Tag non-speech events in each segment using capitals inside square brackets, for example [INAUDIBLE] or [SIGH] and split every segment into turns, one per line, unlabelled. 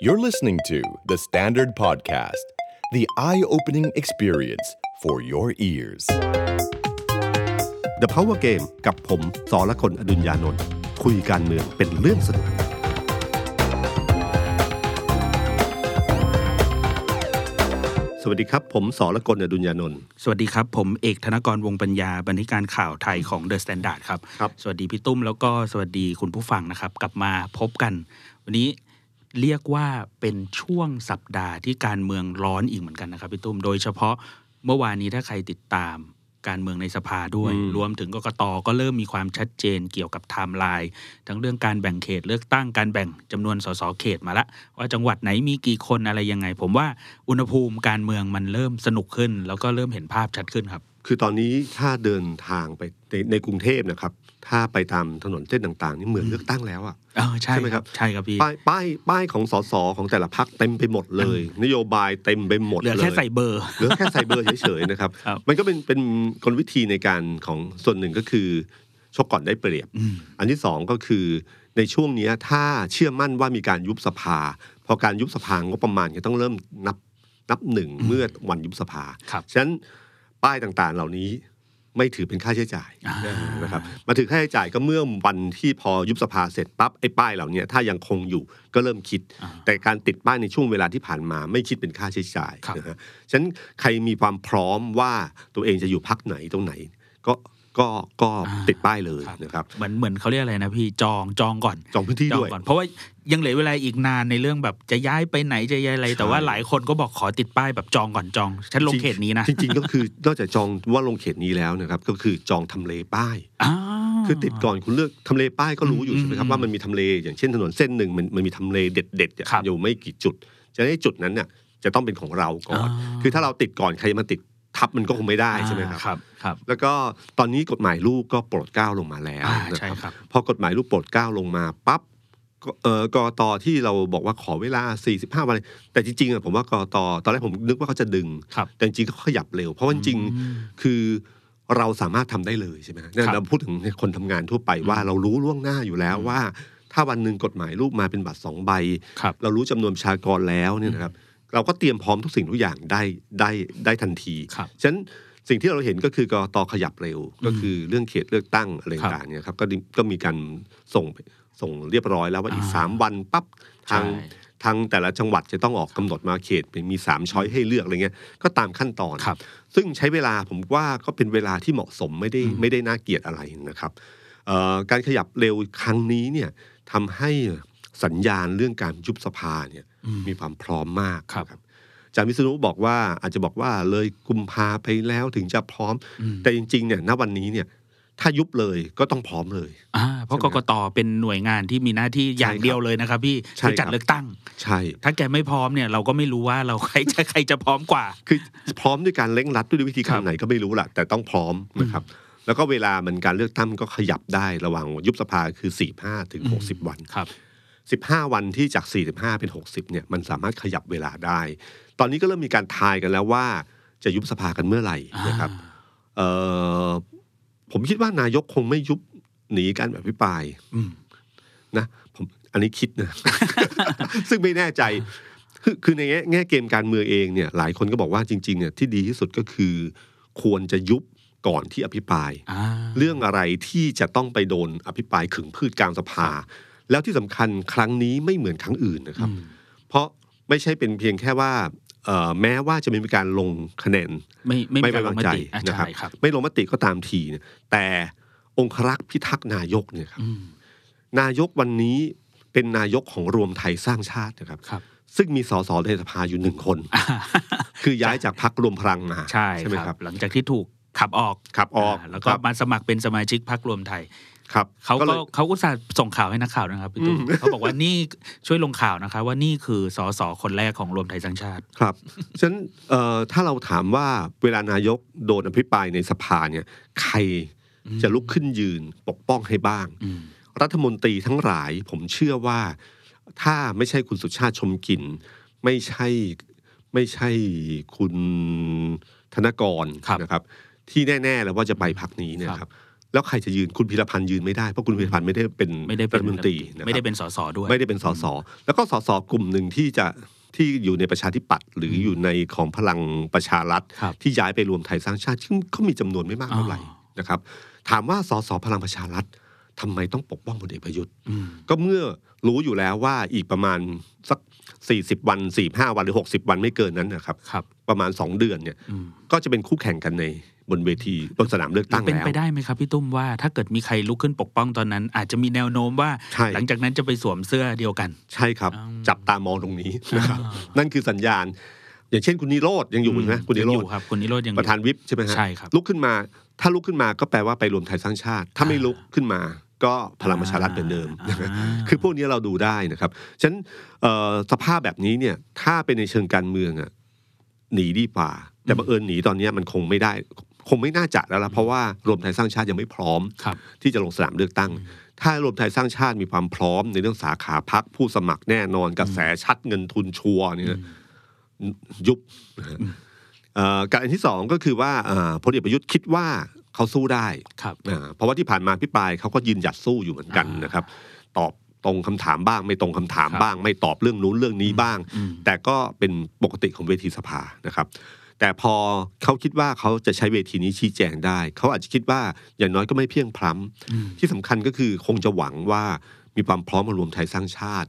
You're listening to The Standard Podcast, the eye opening experience for your ears.
The Power Game กับผมสอละคนอดุญญานนท์คุยการเมืองเป็นเรื่องสนุก สวัสดีครับ ผมสอละคนอดุญญานนท์
สวัสดีครับ ผมเอกธนกรวงศ์ปัญญาบรรณาธิการข่าวไทยของ The Standard ครับ
ครับ
สวัสดีพี่ตุ้มแล้วก็สวัสดีคุณผู้ฟังนะครับ กลับมาพบกัน วันนี้เรียกว่าเป็นช่วงสัปดาห์ที่การเมืองร้อนอีกเหมือนกันนะครับพี่ตุ้มโดยเฉพาะเมื่อวานนี้ถ้าใครติดตามการเมืองในสภาด้วย รวมถึงกกตก็เริ่มมีความชัดเจนเกี่ยวกับไทม์ไลน์ทั้งเรื่องการแบ่งเขตเลือกตั้งการแบ่งจำนวนสสเขตมาละ ว่าจังหวัดไหนมีกี่คนอะไรยังไง ผมว่าอุณหภูมิการเมืองมันเริ่มสนุกขึ้น แล้วก็เริ่มเห็นภาพชัดขึ้นครับ
คือตอนนี้ถ้าเดินทางไปในในกรุงเทพนะครับ ถ้าไปตามถนนเส้นต่างๆ นี่เหมือนเลือกตั้งแล้วอะ
เออใช่
ใช่ไหมครับ
ใช่ครับพี่
ป้ายป้ายป้ายของสสของแต่ละพักเต็มไปหมดเลย นโยบายเต็มไปหมด
เห
เลย
ลือแค่ใส่เบอร์
เหลือแค่ใส่เบอร์เฉยๆนะครับ
ครับ
มันก็เป็นเป็นกลวิธีในการของส่วนหนึ่งก็คือชกก่อนได้เปรียบ อันที่สองก็คือในช่วงเนี้ยถ้าเชื่อมั่นว่ามีการยุบสภา พอการยุบสภางบประมาณจะต้องเริ่มนับนับหนึ่งเมื่อวันยุบสภา
ครับ
ฉะนั้นป้ายต่างๆเหล่านี้ไม่ถือเป็นค่าใช้จ่าย
อ่าน
นะครับ มาถึงค่าใช้จ่ายก็เมื่อวันที่พอยุบสภาเสร็จปั๊บไอ้ป้ายเหล่าเนี้ยถ้ายังคงอยู่ก็เริ่มคิด แต่การติดป้ายในช่วงเวลาที่ผ่านมาไม่คิดเป็นค่าใช้จ่าย
ครับ
นะฮะฉะนั้นใครมีความพร้อมว่าตัวเองจะอยู่พักไหนตรงไหน ก็ก็ก็ติดป้ายเลยนะครับ
เหมือนเหมือนเขาเรียกอะไรนะพี่จองจองก่อน
จองพื้นที่
จอง
ด้วย
ก่อน เพราะว่ายังเหลือเวลาอีกนานในเรื่องแบบจะย้ายไปไหนจะย้ายอะไร แต่ว่าหลายคนก็บอกขอติดป้ายแบบจองก่อนจองฉันลงเขตนี้นะ
จริงๆ ก็คือน [LAUGHS] อกจากจองว่าลงเขตนี้แล้วนะครับ ก็คือจองทำเลป้าย
อ้าว
คือติดก่อนคุณเลือกทำเลป้ายก็รู้อยู่
อืม
ใช่ไหมครับว่ามันมีทำเลอย่างเช่นถนนเส้นหนึ่งมันมันมีทำเลเด็ดๆเนี่ย
ครับ
อยู่ไม่กี่จุดจะได้จุดนั้นเนี่ยจะต้องเป็นของเราก่อน
อ่า
คือถ้าเราติดก่อนใครมาติดทับมันก็คงไม่ได้ใช่ไหมครับ
ครับครับ
แล้วก็ตอนนี้กฎหมายลูกก็โปรดเกล้าลงมาแล้ว
อ่า
นะ
ใช่ครับ
พอกฎหมายลูกโปรดเกล้าลงมาปั๊บก็เออกอตอที่เราบอกว่าขอเวลา 45 วัน แต่จริงๆอะผมว่ากอตอตอนแรกผมนึกว่าเขาจะดึง
ครับ
แต่จริงๆเขาขยับเร็ว เพราะว่าจริงๆคือเราสามารถทำได้เลยใช่ไหมเนี่ย
ครับ
เราพูดถึงคนทำงานทั่วไปว่าเรารู้ล่วงหน้าอยู่แล้วว่า ถ้าวันหนึ่งกฎหมายลูกมาเป็นบัตรสองใบ
ครับ
เรารู้จำนวนประชากรแล้วเนี่ยนะครับ เราก็เตรียมพร้อมทุกสิ่งทุกอย่างได้ได้ได้ทันที
ครับ
ฉะนั้นสิ่งที่เราเห็นก็คือกตขยับเร็ว ก็คือเรื่องเขตเลือกตั้งอะไรต่างๆเนี่ยครับก็ดิก็มีการส่งไปส่งเรียบร้อยแล้วว่าอีก
อ่า
3 วันปั๊บทาง
ใช่
ทางแต่ละจังหวัดจะต้องออกกำหนดมาเขตเป็นมี 3 ช้อยให้เลือกอะไรเงี้ยก็ตามขั้นตอน
ครับ
ซึ่งใช้เวลาผมว่าก็เป็นเวลาที่เหมาะสมไม่ได้ไม่ได้น่าเกลียดอะไรนะครับเอ่อการขยับเร็วครั้งนี้เนี่ยทำให้สัญญาณเรื่องการยุบสภาเนี่ยมีความพร้อมมาก
ครับ
นะอาจารย์วิษณุบอกว่าอาจจะบอกว่าเลยกุมภาไปแล้วถึงจะพร้อม แต่จริงๆเนี่ยณวันนี้เนี่ยถ้ายุบเลยก็ต้องพร้อมเลย
อ่าเพราะกกตเป็นหน่วยงานที่มีหน้าที่อย่างเดียวเลยนะครับ พี่
ใช่ค
คือ
รับ
จัดเลือกตั้ง
ใช่
ถ้าแกไม่พร้อมเนี่ยเราก็ไม่รู้ว่าเราใครจะใครจะพร้อมกว่า
คือพร้อมด้วยการเร่งรัดด้วยวิธีการ
คั
ร
บ
ไหนก็ไม่รู้ล่ะ แต่ต้องพร้อมนะครับ แล้วก็เวลามันการเลือกตั้งก็ขยับได้ระหว่างยุบสภาคือ 45ถึง
อืม
60 วัน
ครับ
15 วันที่จาก 45 เป็น 60เนี่ยมันสามารถขยับเวลาได้ ตอนนี้ก็เริ่มมีการทายกันแล้วว่าจะยุบสภากันเมื่อไหร่นะครับเอ่อผมคิดว่านายกคงไม่ยุบหนีการอภิปราย
อืม
นะผมอันนี้คิดนะ [LAUGHS] ซึ่งไม่แน่ใจคือคือในแง่แง่เกมการเมืองเองเนี่ย หลายคนก็บอกว่าจริงๆเนี่ยที่ดีที่สุดก็คือ ควรจะยุบก่อนที่อภิปราย
อ่า
เรื่องอะไรที่จะต้องไปโดนอภิปรายขึงพืชกลางสภา แล้วที่สำคัญครั้งนี้ไม่เหมือนครั้งอื่นนะครับ เพราะไม่ใช่เป็นเพียงแค่ว่าเอ่อแม้ว่าจะไม่มีการลงคะแนน
ไม่ไม่มีการลงมติ
ไว้วางใจนะค
อ่าใช่ครั
รับ บ ไม่ลงมติก็ตามทีเนี่ยแต่องครักษ์พิทักษ์นายกเนี่ยครับ
อืม [LAUGHS]
นายกวันนี้เป็นนายกของรวมไทยสร้างชาตินะครับ
ครับ
ซึ่งมีสสในสภาอยู่หนึ่งคน คือย้ายจากพักรวมพลังมา
ใช่
ไหม
ค
ค
รั
รับ บ
หลังจากที่ถูกขับออก
ขับออก
าแล้วก็
ครับ
มาสมัครเป็นสมาชิกพรรครวมไทย
ครับ
เขา
ล
ก็
ย
เขาอุตส่าห์ส่งข่าวให้นักข่าวนะครับพี่ตุ้มเขาบอกว่านี่ช่วยลงข่าวนะคะ ว่านี่คือสสคนแรกของรวมไทยสร้างชาติ
ครับฉะนั้นเอ่อถ้าเราถามว่าเวลานายกโดนอภิปรายในสภาเนี่ยใครจะลุกขึ้นยืนปกป้องให้บ้าง
อืม
รัฐมนตรีทั้งหลายผมเชื่อว่าถ้าไม่ใช่คุณสุชาติชมกลิน ไม่ใช่ไม่ใช่คุณธนกร
ครับ
นะครับ ที่แน่ ๆ แล้วว่าจะไปพักนี้เนย
ค
ค
รั
รับ บ แล้วใครจะยืนคุณพิรพันธ์ยืนไม่ได้เพราะคุณพิรพันธ์ไม่ได้เป็น
ไม่ได้เป็
รั
น
ฐมนตรีนะครับ
ไม่ได้เป็นสสด้วย
ไม่ได้เป็นสสแล้วก็สสกลุ่มหนึ่งที่จะที่อยู่ในประชาธิปัตย์หรืออยู่ในของพลังประชารัฐ
ครับ
ที่ย้ายไปรวมไทยสร้างชาติซึ่งเขามีจำนวนไม่มากเท่าไหร่
อ๋อ
นะครับ ถามว่าสสพลังประชารัฐทำไมต้องปกป้องพลเอกประยุทธ์
อืม
ก็เมื่อรู้อยู่แล้วว่าอีกประมาณสัก 40 วัน 45 วันหรือ 60 วันไม่เกินนั้นนะครับ
ครับ
ประมาณ 2 เดือนเนี่ย
อืม
ก็จะเป็นคู่แข่งกันในบนเวทีบนสนามเลือกตั้ง
เป็น
แล้ว
ไปได้ไหมครับพี่ตุ้มว่าถ้าเกิดมีใครลุกขึ้นปกป้องตอนนั้น อาจจะมีแนวโน้มว่า
ใช่
หลังจากนั้นจะไปสวมเสื้อเดียวกัน
ใช่ครับ
อืม
จับตามองตรงนี้นะครับ
อ่า
นั่นคือสัญญาณ อย่างเช่นคุณนิโรธยังอยู่ใช่ไหมคุณนิ
ยัง
โร
อ
ธ
ยู่ครับคุณนิโรธยังอยู่
ประธานวิปใช่ไหมฮะ
ใช่ครับ
ลุกขึ้นมา ถ้าลุกขึ้นมาก็แปลว่าไปรวมไทยสร้างชาติ ถ้าไม่
อ่า
ลุกขึ้นมา ก็พลังประชารัฐเหมือนเดิม
อ่า
คือพวกนี้เราดูได้นะครับฉะนั้นเอ่อสภาพแบบนี้เนี่ยถ้าเป็นในเชิงการเมืองอะหนีดีกว่า แต่บังเอิญหนีตอนนี้มันคงไม่ได้ คงไม่น่าจะแล้วละเพราะว่ารวมไทยสร้างชาติยังไม่พร้อม
ครับ
ที่จะลงสนามเลือกตั้ง ถ้ารวมไทยสร้างชาติมีความพร้อม ในเรื่องสาขาพักผู้สมัครแน่นอนกระแสชัดเงินทุนชัวร์เนี่ยยุบนะฮะเอ่อการอันที่สองก็คือว่าเอ่อพลเอกประยุทธ์คิดว่าเขาสู้ได้
ครับ
อ่าเพราะว่าที่ผ่านมาพี่ปรายเขาก็ยืนหยัดสู้อยู่เหมือนกันนะครับ ตอบตรงคำถามบ้าง ไม่ตรงคำถามบ้าง ไม่ตอบเรื่องนู้นเรื่องนี้บ้าง
อืม
แต่ก็เป็นปกติของเวทีสภานะครับ แต่พอเขาคิดว่าเขาจะใช้เวทีนี้ชี้แจงได้ เขาอาจจะคิดว่าอย่างน้อยก็ไม่เพียงพล้
อืม
ำที่สำคัญก็คือคงจะหวังว่ามีความพร้อมมารวมไทยสร้างชาติ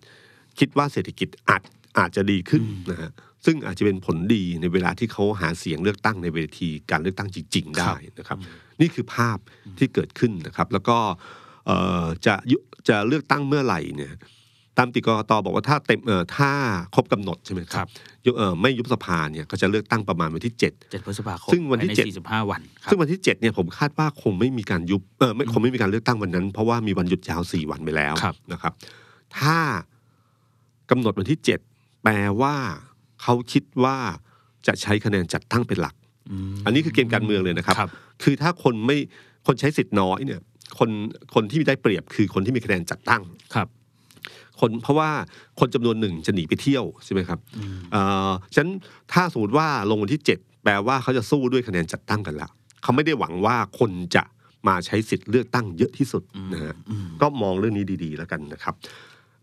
คิดว่าเศรษฐกิจอาจอาจจะดีขึ้นนะฮะซึ่งอาจจะเป็นผลดีในเวลาที่เขาหาเสียงเลือกตั้งในเวทีการเลือกตั้งจริง ๆ ได้นะครับ นี่คือภาพที่เกิดขึ้นนะครับ แล้วก็เอ่อจะยุจะเลือกตั้งเมื่อไหร่เนี่ยตามติกรกตบอกว่าถ้าเต็มเอ่อถ้าครบกำหนดใช่ไหมค
ครั
รับบ ยุเอ่อไม่ยุบสภาเนี่ยก็จะเลือกตั้งประมาณวันที่ 7
เจ็ดพฤษภาคม
ซึ่งวันที่
ภาย
เจ็ด
ใสี่สิบห้าวันครับ
ซึ่งวันที่7เนี่ยผมคาดว่าคงไม่มีการยุบเออไม่คงไม่มีการเลือกตั้งวันนั้น เพราะว่ามีวันหยุดยาว 4 วันไปแล้วนะครับ ถ้ากำหนดวันที่ 7 แปลว่าเขาคิดว่าจะใช้คะแนนจัดตั้งเป็นหลัก
ม
อันนี้คือเกมการเมืองเลยนะครับ
ครับ
คือถ้าคนไม่คนใช้สิทธิ์น้อยเนี่ยคนคนที่ได้เปรียบคือคนที่มีคะแนนจัดตั้ง
ครับ
คนเพราะว่าคนจำนวนหนึ่งจะหนีไปเที่ยวใช่ไหมครับ
อืม
เอ่อฉะนันถ้าสมมติว่าลงวันที่ 7 แปลว่าเขาจะสู้ด้วยคะแนนจัดตั้งกันละเขาไม่ได้หวังว่าคนจะมาใช้สิทธิ์เลือกตั้งเยอะที่สุดนะฮะก็มองเรื่องนี้ดีๆ แล้วกันนะครับ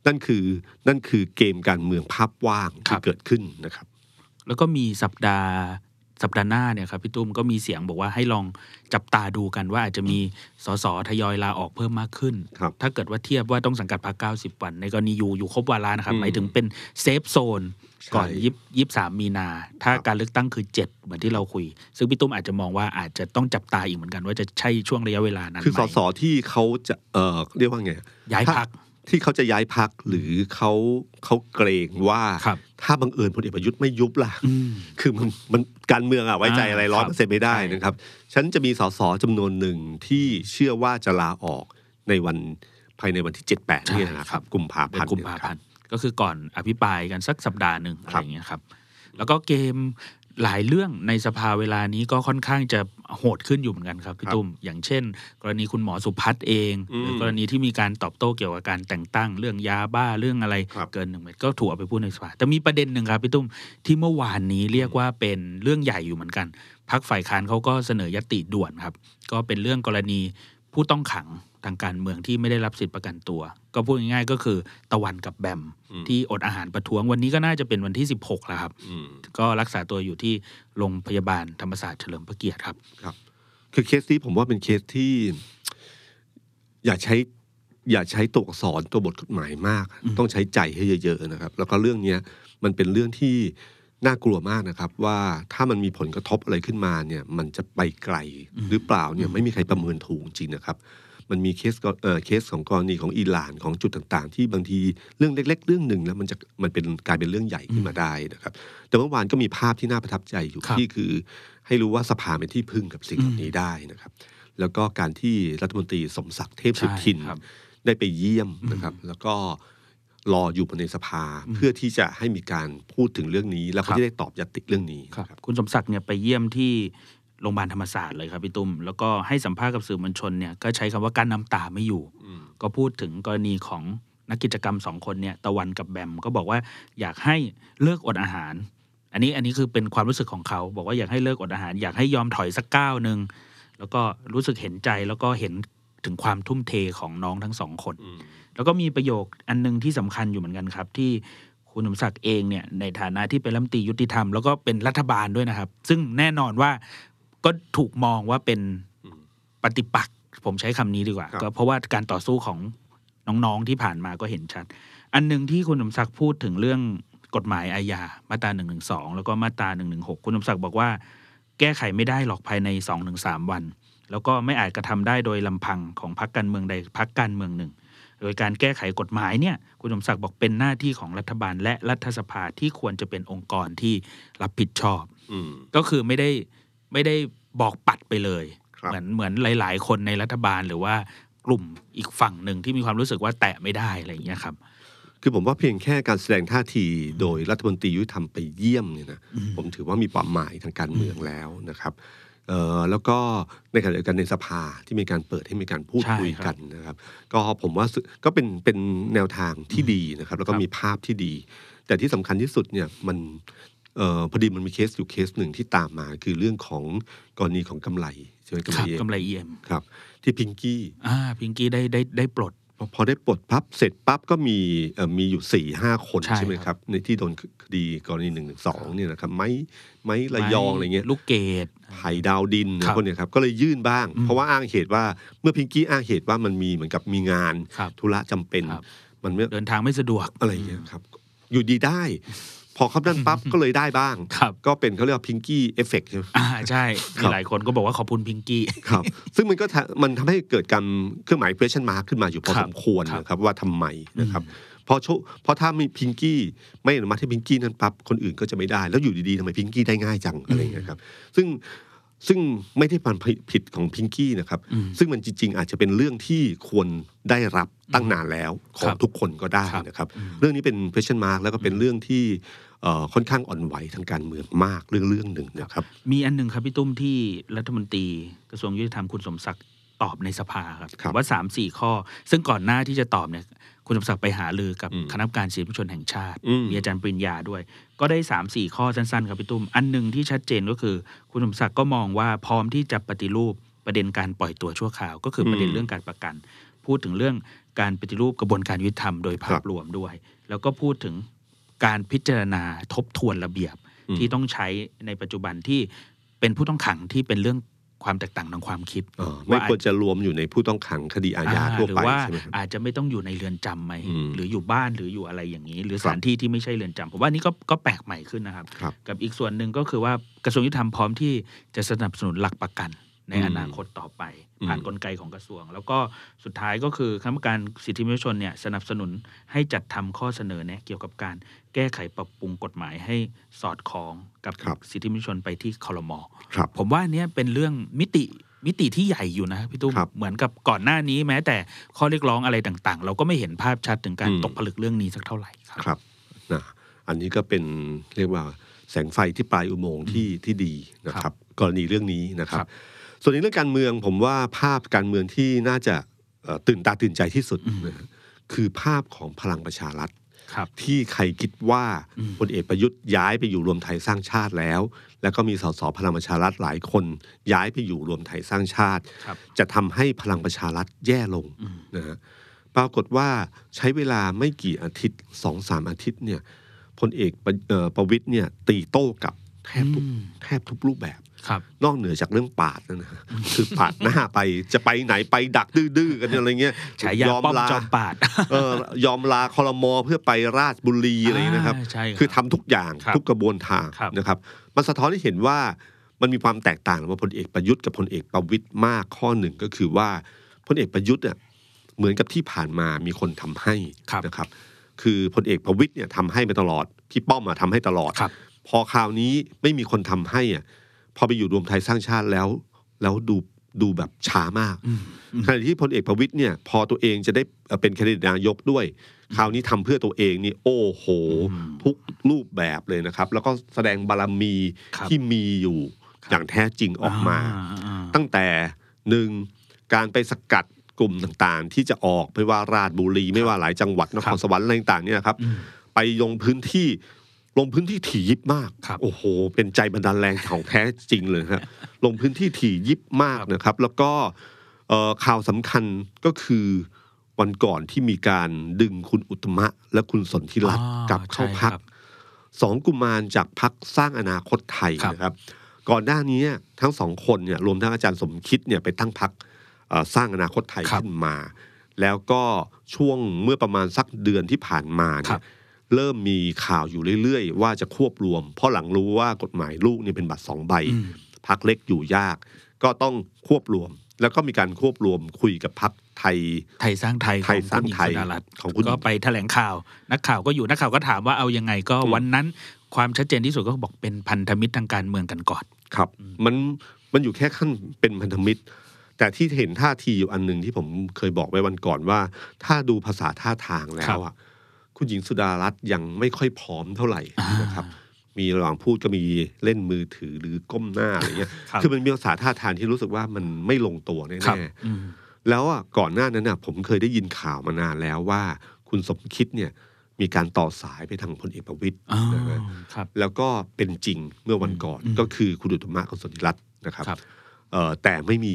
นั่นคือนั่นคือเกมการเมืองภาพว่าง
ครั
ที่
บ
เกิดขึ้นนะครับ
แล้วก็มีสัปดาห์สัปดาห์หน้าเนี่ยครับพี่ตุ้มก็มีเสียงบอกว่าให้ลองจับตาดูกันว่าอาจจะมีสสทยอยลาออกเพิ่มมากขึ้น
ครับ
ถ้าเกิดว่าเทียบว่าต้องสังกัดพัก90 วัน ในกรณีอยู่อยู่ครบวาระนะครับ หมายถึงเป็นเซฟโซนก่อนยิบยิบสามมีนา ถ้าการเลือกตั้งคือ 7 เหมือนที่เราคุย ซึ่งพี่ตุ้มอาจจะมองว่าอาจจะต้องจับตาอีกเหมือนกันว่าจะใช่ช่วงระยะเวลานั้นไหม
คือสสที่เขาจะเอ่อเรียกว่าไง
ย้ายพัก
ที่เขาจะย้ายพักหรือเขาเขาเกรงว่า
ครับ
ถ้าบังเอิญพลเอกประยุทธ์ไม่ยุบล่ะ คือมันมันการเมืองอะไว้ใจอะไรร้อยเปอร์เซ็นต์ไม่ได้นะครับ ฉันจะมีสสจำนวนหนึ่งที่เชื่อว่าจะลาออกในวันภายในวันที่ 7 8เนี่ยนะ
ใช่ค
ค
รั
รับ บกุมภา
เดื
พั
อน น
ธ์
กุมภา
เยะ
พั
รับ
นธ์ก็คือก่อนอภิปรายกันสักสัปดาห์หนึ่งอะ
ค
ไร
รับ
อย่างเงี้ยครับ แล้วก็เกมหลายเรื่องในสภาเวลานี้ก็ค่อนข้างจะโหดขึ้นอยู่เหมือนกันครับพี่ตุ้มอย่างเช่น กรณีคุณหมอสุพัฒน์เอง หรืออกรณีที่มีการตอบโต้เกี่ยวกับการแต่งตั้ง เรื่องยาบ้าเรื่องอะไร
ครับ
เกินหนึ่งเม็ดก็ถูกเอาไปพูดในสภาแต่มีประเด็นหนึ่งครับพี่ตุ้มที่เมื่อวานนี้เรียกว่าเป็นเรื่องใหญ่อยู่เหมือนกันพักฝ่ายค้านเขาก็เสนอยติด่วนครับ ก็เป็นเรื่องกรณีผู้ต้องขังทางการเมืองที่ไม่ได้รับสิทธิประกันตัว ก็พูดง่ายๆก็คือตะวันกับแบมที่อดอาหารประท้วงวันนี้ก็น่าจะเป็นวันที่ 16แล้วครับ
อืม
ก็รักษาตัวอยู่ที่โรงพยาบาลธรรมศาสตร์เฉลิมพระเกียรติครับ
ครับ คือเคสนี้ผมว่าเป็นเคสที่ อย่าใช้ อย่าใช้ตัวอักษรตัวบทกฎหมายมาก ต้องใช้ใจให้เยอะๆนะครับ แล้วก็เรื่องเนี้ยมันเป็นเรื่องที่น่ากลัวมากนะครับ ว่าถ้ามันมีผลกระทบอะไรขึ้นมาเนี่ย มันจะไปไกลหรือเปล่าเนี่ยไม่มีใครประเมินถูกจริงนะครับ มันมีเคสก็เอ่อเคสของกรณีของอิหร่านของจุดต่างๆ ที่บางทีเรื่องเล็ก ๆ เรื่องหนึ่งแล้วมันจะมันเป็นกลายเป็นเรื่องใหญ่ขึ้นมาได้นะครับ แต่เมื่อวานก็มีภาพที่น่าประทับใจอยู่
ครับ
ที่คือ ให้รู้ว่าสภาเป็นที่พึ่งกับสิ่งเหล่านี้ได้นะครับ แล้วก็การที่รัฐมนตรีสมศักดิ์เทพสุทิน
ใช่ครับ
ได้ไปเยี่ยมนะครับ แล้วก็รออยู่ในสภาเพื่อที่จะให้มีการพูดถึงเรื่องนี้ แล้ว
ครั
เขา
บ
จะได้ตอบยติเรื่องนี้
ครับ
นะครับ
คุณสมศักดิ์เนี่ยไปเยี่ยมที่โรงพยาบาลธรรมศาสตร์เลยครับพี่ตุ้มแล้วก็ให้สัมภาษณ์กับสื่อมวลชนเนี่ยก็ใช้คำว่าการนำตาไม่อยู่
อืม
ก็พูดถึงกรณีของนักกิจกรรมสองคนเนี่ยตะวันกับแบมก็บอกว่าอยากให้เลิกอดอาหาร อันนี้อันนี้คือเป็นความรู้สึกของเขา บอกว่าอยากให้เลิกอดอาหาร อยากให้ยอมถอยสักก้าวหนึ่ง แล้วก็รู้สึกเห็นใจแล้วก็เห็นถึงความทุ่มเทของน้องทั้งสองคน
อืม
แล้วก็มีประโยคอันหนึงที่สำคัญอยู่เหมือนกันครับ ที่คุณสมศักดิ์เองเนี่ยในฐานะที่เป็นรัฐมนตรียุติธรรมแล้วก็เป็นรัฐบาลด้วยนะครับ ซึ่งแน่นอนว่าก็ถูกมองว่าเป็น
อืม
ปฏิปักษ์ผมใช้คำนี้ดีกว่า
ครับ
ก็เพราะว่าการต่อสู้ของน้องๆที่ผ่านมาก็เห็นชัด อันหนึ่งที่คุณสมศักดิ์พูดถึงเรื่องกฎหมายอาญามาตรา1นึแล้วก็มาตรา1นึคุณสมศักดิ์บอกว่า แก้ไขไม่ได้หรอกภายใน 2-3 วัน แล้วก็ไม่อาจกระทำได้โดยลำพังของพรรคการเมืองใดพรรคการเมืองหนึ่ง โดยการแก้ไขกฎหมายเนี่ย คุณสมศักดิ์บอกเป็นหน้าที่ของรัฐบาลและรัฐสภาที่ควรจะเป็นองค์กรที่รับผิดชอบ
อืม
ก็คือไม่ได้ไม่ได้บอกปัดไปเลย
ครับ
เหมือนเหมือนหลาย ๆ คนในรัฐบาลหรือว่ากลุ่มอีกฝั่งหนึ่งที่มีความรู้สึกว่าแตะไม่ได้อะไรอย่างเงี้ยครับ
คือผมว่าเพียงแค่การแสดงท่าทีโดยรัฐมนตรียุติธรรมไปเยี่ยมเนี่ยนะผมถือว่ามีความหมายทางการเมืองแล้วนะครับเอ่อแล้วก็ในขณะเดียวกันในสภาที่มีการเปิดให้มีการพูด
ใช่
คุย
ครั
กับ นนะครับ ก็ผมว่าสึก็เป็นเป็นแนวทางที่ดีนะครับ แล้วก็
ครับ
มีภาพที่ดี แต่ที่สำคัญที่สุดเนี่ยมันเอ่อพอดีมันมีเคสอยู่เคสหนึ่งที่ตามมา คือเรื่องของกรณีของกำไรใช่ไหมกำ
ค
ไร
รับ
เอง
กำไร EM
ครับที่พิงกี้
อ่าพิงกี้ได้ได้ได้ปลด
พอพอได้ปลดพับเสร็จปั๊บก็มีเอ่อมีอยู่สี่ห้าคน
ใช่
ใช่ไหม
ครับ
ครับ ในที่โดนคดีกรณีหนึ่งสองเนี่ยนะครับไม้ไม้ระยองอะไรเงี้ย
ลูกเกด
ไผ่ดาวดิน
ครับ
พวกเนี้ยครับก็เลยยื่นบ้าง
อืม
เพราะว่าอ้างเหตุว่าเมื่อพิงกี้อ้างเหตุว่ามันมีเหมือนกับมีงาน
ครับ
ธุระจำเป็น
ครับ
มันไม่
เดินทางไม่สะดวก
อะไรเงี้ยครับอยู่ดีได้ พอเขานั่น
[LAUGHS]
ปั๊บ ก็เลยได้บ้าง
ครับ
ก็เป็นเขาเรียกว่าพิงกี้เอฟเฟกใช่ไหม
อ่าใช่
ค
มี
รับ
หลายคนก็บอกว่าขอบคุณพิงกี้
ครับ [LAUGHS] ซึ่งมันก็ทำมันทำให้เกิดการเครื่องหมาย question mark ขึ้นมาอยู่พอ
ครั
ส
บ
มควร
ครับ
นะครับว่าทำไมนะครับเพราะโชเพราะถ้ามีพิงกี้ไม่อนุมัติให้พิงกี้นั้นปั๊บคนอื่นก็จะไม่ได้ แล้วอยู่ดีๆทำไมพิงกี้ได้ง่ายจังอะไรอย่างเงี้ยครับ ซึ่งซึ่งไม่ได้ความผิดของพิงกี้นะครับ ซึ่งมันจริง ๆ อาจจะเป็นเรื่องที่ควรได้รับตั้งนานแล้วขอ
ครั
ง
บ
ทุกคนก็ได้นะครับ เรื่องนี้เป็น question mark แล้วก็เป็นเรื่องที่เอ่อค่อนข้างอ่อนไหวทางการเมืองมากเรื่องเรื่องหนึ่งนะครับ
มีอันหนึ่งครับพี่ตุ้มที่รัฐมนตรีกระทรวงยุติธรรมคุณสมศักดิ์ตอบในสภาครับ
ครับ
ว่า3ามสี่ข้อ ซึ่งก่อนหน้าที่จะตอบเนี่ยคุณสมศักดิ์ไปหาลือกับคณะกรรมการสิทธิมนุษยชนแห่งชาติ มีอาจารย์ปริญญาด้วย ก็ได้3ามสี่ข้อสั้นๆครับพี่ตุ้มอันหนึ่งที่ชัดเจนก็คือ คุณสมศักดิ์ก็มองว่าพร้อมที่จะปฏิรูปประเด็นการปล่อยตัวชั่วคราว ก็คือประเด็นเรื่องการประกัน พูดถึงเรื่องการปฏิรูปกระบวนการยุติธรรมโดยภาพรวมด้วย แล้วก็พูดถึงการพิจารณาทบทวนระเบียบ
อืม
ที่ต้องใช้ในปัจจุบันที่เป็นผู้ต้องขังที่เป็นเรื่องความแตกต่างทางความคิด
อ่าไม่ควรจะรวมอยู่ในผู้ต้องขังคดีอาญา
อ่า
ทั่ว
หรื
ไป
ว่า
ใช่ไหมครับ
อาจจะไม่ต้องอยู่ในเรือนจำไหม
อืม
หรืออยู่บ้านหรืออยู่อะไรอย่างนี้ หรือ
ครั
ส
บ
ถานที่ที่ไม่ใช่เรือนจำผมว่านี่ก็ก็แปลกใหม่ขึ้นนะครับ
ครับ
กับอีกส่วนหนึ่งก็คือว่ากระทรวงยุติธรรมพร้อมที่จะสนับสนุนหลักประกันใน
อืม
อนาคตต่อไป
อืม
ผ่านกลไกของกระทรวง แล้วก็สุดท้ายก็คือคณะกรรมการสิทธิมนุษยชนเนี่ยสนับสนุนให้จัดทำข้อเสนอเนี่ยเกี่ยวกับการแก้ไขปรับปรุงกฎหมายให้สอดคล้องกับ
ครับ
สิทธิมนุษยชนไปที่คอรมอ
ครับ
ผมว่าอันเนี้ยเป็นเรื่องมิติมิติที่ใหญ่อยู่นะพี่ตุ้ม
ครับ
เหมือนกับก่อนหน้านี้แม้แต่ข้อเรียกร้องอะไรต่างๆ เราก็ไม่เห็นภาพชัดถึงการ
อืม
ตกผลึกเรื่องนี้สักเท่าไหร่ครับ
ครับนะอันนี้ก็เป็นเรียกว่าแสงไฟที่ปลายอุโมงค์ที่ที่ดีนะค
ครั
รับบ กรณีเรื่องนี้นะครับ
ครับ
ส่วนในเรื่องการเมืองผมว่าภาพการเมืองที่น่าจะเอ่อตื่นตาตื่นใจที่สุดนะฮะคือภาพของพลังประชารัฐ
ครับ
ที่ใครคิดว่าพลเอกประยุทธ์ย้ายไปอยู่รวมไทยสร้างชาติแล้ว แล้วก็มีสสพลังประชารัฐหลายคน ย้ายไปอยู่รวมไทยสร้างชาติ
ครับ
จะทำให้พลังประชารัฐแย่ลงนะฮะปรากฏว่าใช้เวลาไม่กี่อาทิตย์สองสามอาทิตย์เนี่ยพลเอกประเอ่อประวิทย์เนี่ยตีโต้กลับแทบทุก
อืม
แทบทุกรูปแบบ
ครับ
นอกเหนือจากเรื่องปาดนะนะ [LAUGHS] คือปาดหน้าไปจะไปไหนไปดักดื้อๆกันอะไรเงี้ย
ฉายาป้อมจอมปาด
เออยอมลาคอรมอเพื่อไปราชบุรีอะไรนะครับ
าใช่
คือ
รับ
ทำทุกอย่าง
ครับ
ทุกกระบวนทาง
ครับ
นะครับ มันสะท้อนให้เห็นว่ามันมีความแตกต่างระหว่างพลเอกประยุทธ์กับพลเอกประวิตยมากข้อหนึ่งก็คือว่าพลเอกประยุทธ์เนี่ยเหมือนกับที่ผ่านมามีคนทำให้
ครับ
นะครับ คือพลเอกประวิตยเนี่ยทำให้มาตลอดพี่ป้อมมาทำให้ตลอด
ครับ
พอคราวนี้ไม่มีคนทำให้อ่ะพอไปอยู่รวมไทยสร้างชาติแล้ว แล้วดูดูแบบช้ามากขณะที่พลเอกประวิตยเนี่ยพอตัวเองจะได้เอ่อเป็นแคนดิเดตนายกด้วย คราวนี้ทำเพื่อตัวเองนี่โอ้โห
อืม
ทุกรูปแบบเลยนะครับ แล้วก็แสดงบารมี
ครับ
ที่มีอยู่อย่างแท้จริงออกมา
อ่า
ตั้งแต่หนึ่งการไปสกัดกลุ่มต่างๆ ที่จะออกไม่ว่าราชบุรี ไม่ว่าหลายจังหวัดนครสวรรค์อะไรต่างๆเนี่ยนะครับ ไปลงพื้นที่ล ลงพื้นที่ถี่ยิบมาก
ครับ
โอ้โห เป็นใจบันดาลแรงของแท้จริงเลย
[LAUGHS]
ฮะ ลงพื้นที่ถี่ยิบมาก
ครับ
นะครับ แล้วก็เอ่อข่าวสำคัญก็คือวันก่อนที่มีการดึงคุณอุตตมะ และคุณสนธิรัตน์กลับเข้า
อ๋อ
พัก
ใช่ครับ
สองกุมารจากพักสร้างอนาคตไทย
ครับ
นะครับ ก่อนหน้านี้ทั้งสองคนเนี่ยรวมทั้งอาจารย์สมคิดเนี่ยไปตั้งพักสร้างอนาคตไทย
ครับ
ขึ้นมา แล้วก็ช่วงเมื่อประมาณสักเดือนที่ผ่านมา
ค
เนี่
รั
ย
บ
เริ่มมีข่าวอยู่เรื่อยๆ ว่าจะควบรวม เพราะหลังรู้ว่ากฎหมายลูกเนี่ยเป็นบัตรสองใบ
อืม
พักเล็กอยู่ยาก ก็ต้องควบรวม แล้วก็มีการควบรวมคุยกับพักไทย
ไทยสร้างไทย
ไทยสร้างไทย
ของคุณหญิสุดารัตน์
ของคุณ
ก็ไปแถลงข่าว นักข่าวก็อยู่นักข่าวก็ถามว่าเอายังไงก็
อืม
วันนั้นความชัดเจนที่สุดก็บอกเป็นพันธมิตรทางการเมืองกันก่อน
ครับมันมันอยู่แค่ขั้นเป็นพันธมิตร แต่ที่เห็นท่าทีอยู่อันหนึ่งที่ผมเคยบอกไว้วันก่อนว่า ถ้าดูภาษาท่าทางแล้วอ่ะคุณหญิงสุดารัตน์ยังไม่ค่อยพร้อมเท่าไหร่
อ่าน
นะครับ มีระหว่างพูดก็มีเล่นมือถือหรือก้มหน้าอะไรเงี้ย
ครับ
อมันมีภาษาท่าทางที่รู้สึกว่ามันไม่ลงตัวแน่ๆ
อืม
แล้วอ่ะก่อนหน้านั้นน่ะผมเคยได้ยินข่าวมานานแล้วว่า คุณสมคิดเนี่ยมีการต่อสายไปทางพลเอกประวิตย
อ๋อ
นะฮะ
ครับ
แล้วก็เป็นจริงเมื่อวันก่อน
อืม
ก็คือคุณอุตตมะกับสนธิรัตน์นะครับ
ครับ
เอ่อแต่ไม่มี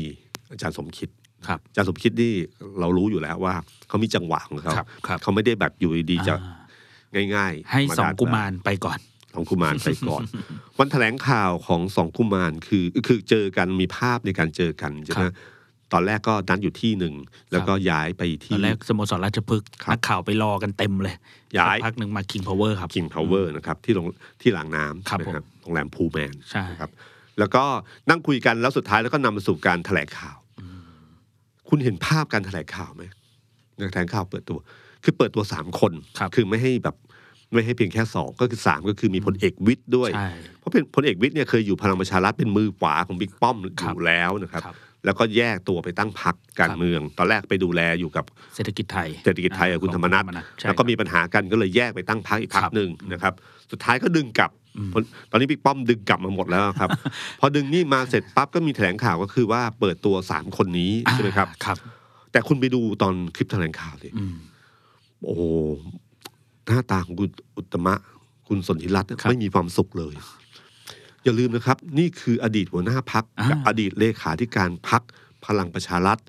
อาจารย์สมคิด
ครับ
อาจารย์สมคิดนี่เรารู้อยู่แล้วว่าเขามีจังหวะของเขา
ครับครับ
เขาไม่ได้แบบอยู่ดีๆจะ
อ่า
ง่ายๆ
ให้
ม
สอง
ดด
กุมารไปก่อน
สองกุมารไป
[LAUGHS]
ก่อน วันแถลงข่าวของสองกุมารคือคือเจอกันมีภาพในการเจอกันใช่ไหม
ครับ
ตอนแรกก็นัดอยู่ที่หนึ่งแล้วก็ย้ายไป
ตอ
ที่
นแรกสโมสรราชพฤกษ์
ครับ
นักข่าวไปรอกันเต็มเลย
ย้าย
สักพักหนึ่งมาคิงพาวเวอร์ครับ
คิงพาวเวอร์นะครับที่โรงที่หลังน้ำ
ครับ
นะ
ผม
โรงแรมพูแมน
ใช่
นะครับ แล้วก็นั่งคุยกันแล้วสุดท้ายแล้วก็นำมาสู่การแถลงข่าว คุณเห็นภาพการแถลงข่าวไหมการแถลงข่าวเปิดตัว คือเปิดตัวสามคน
ครับ
อไม่ให้แบบไม่ให้เพียงแค่สองก็คือสามก็คือมีพลเอกวิทย์ด้วย
ใช่
เพราะเป็นพลเอกวิทย์เนี่ยเคยอยู่พลังประชารัฐเป็นมือขวาของบิ๊กป้อมอ
ครับ
ยู่แล้วนะครับ
ครับ
แล้วก็แยกตัวไปตั้งพรรคการ
ครับ
เมือง ตอนแรกไปดูแลอยู่กับ
เศรษฐกิจไทย
เศรษฐกิจไทยกับคุณ
ข
ธ
อ
รง รมนัฐ
ใช่
แล้วก็มี
ครับ
ปัญหากันก็เลยแยกไปตั้งพรรคอีกพรร
ครั
ค
บ
หนึ่งนะครับ สุดท้ายก็ดึงกลับ
อืม
ตอนนี้บิ๊กป้อมดึงกลับมาหมดแล้ว
[LAUGHS]
ครับ พอดึงนี่มาเสร็จปั๊บก็มีแถลงข่าวก็คือว่าเปิดตัวสามคนนี้ใช่ไหมครับ
อ่าครับ
แต่คุณไปดูตอนคลิปแถลงข่าวสิ
อืม
โอ้โหหน้าตาของคุณอุตตมะ คุณสนธิรัตน์เนี่ย
ครับ
ไม่มีความสุขเลย อย่าลืมนะครับ นี่คืออดีตหัวหน้าพักกับ
อ่า
อดีตเลขาธิการพักพลังประชารัฐ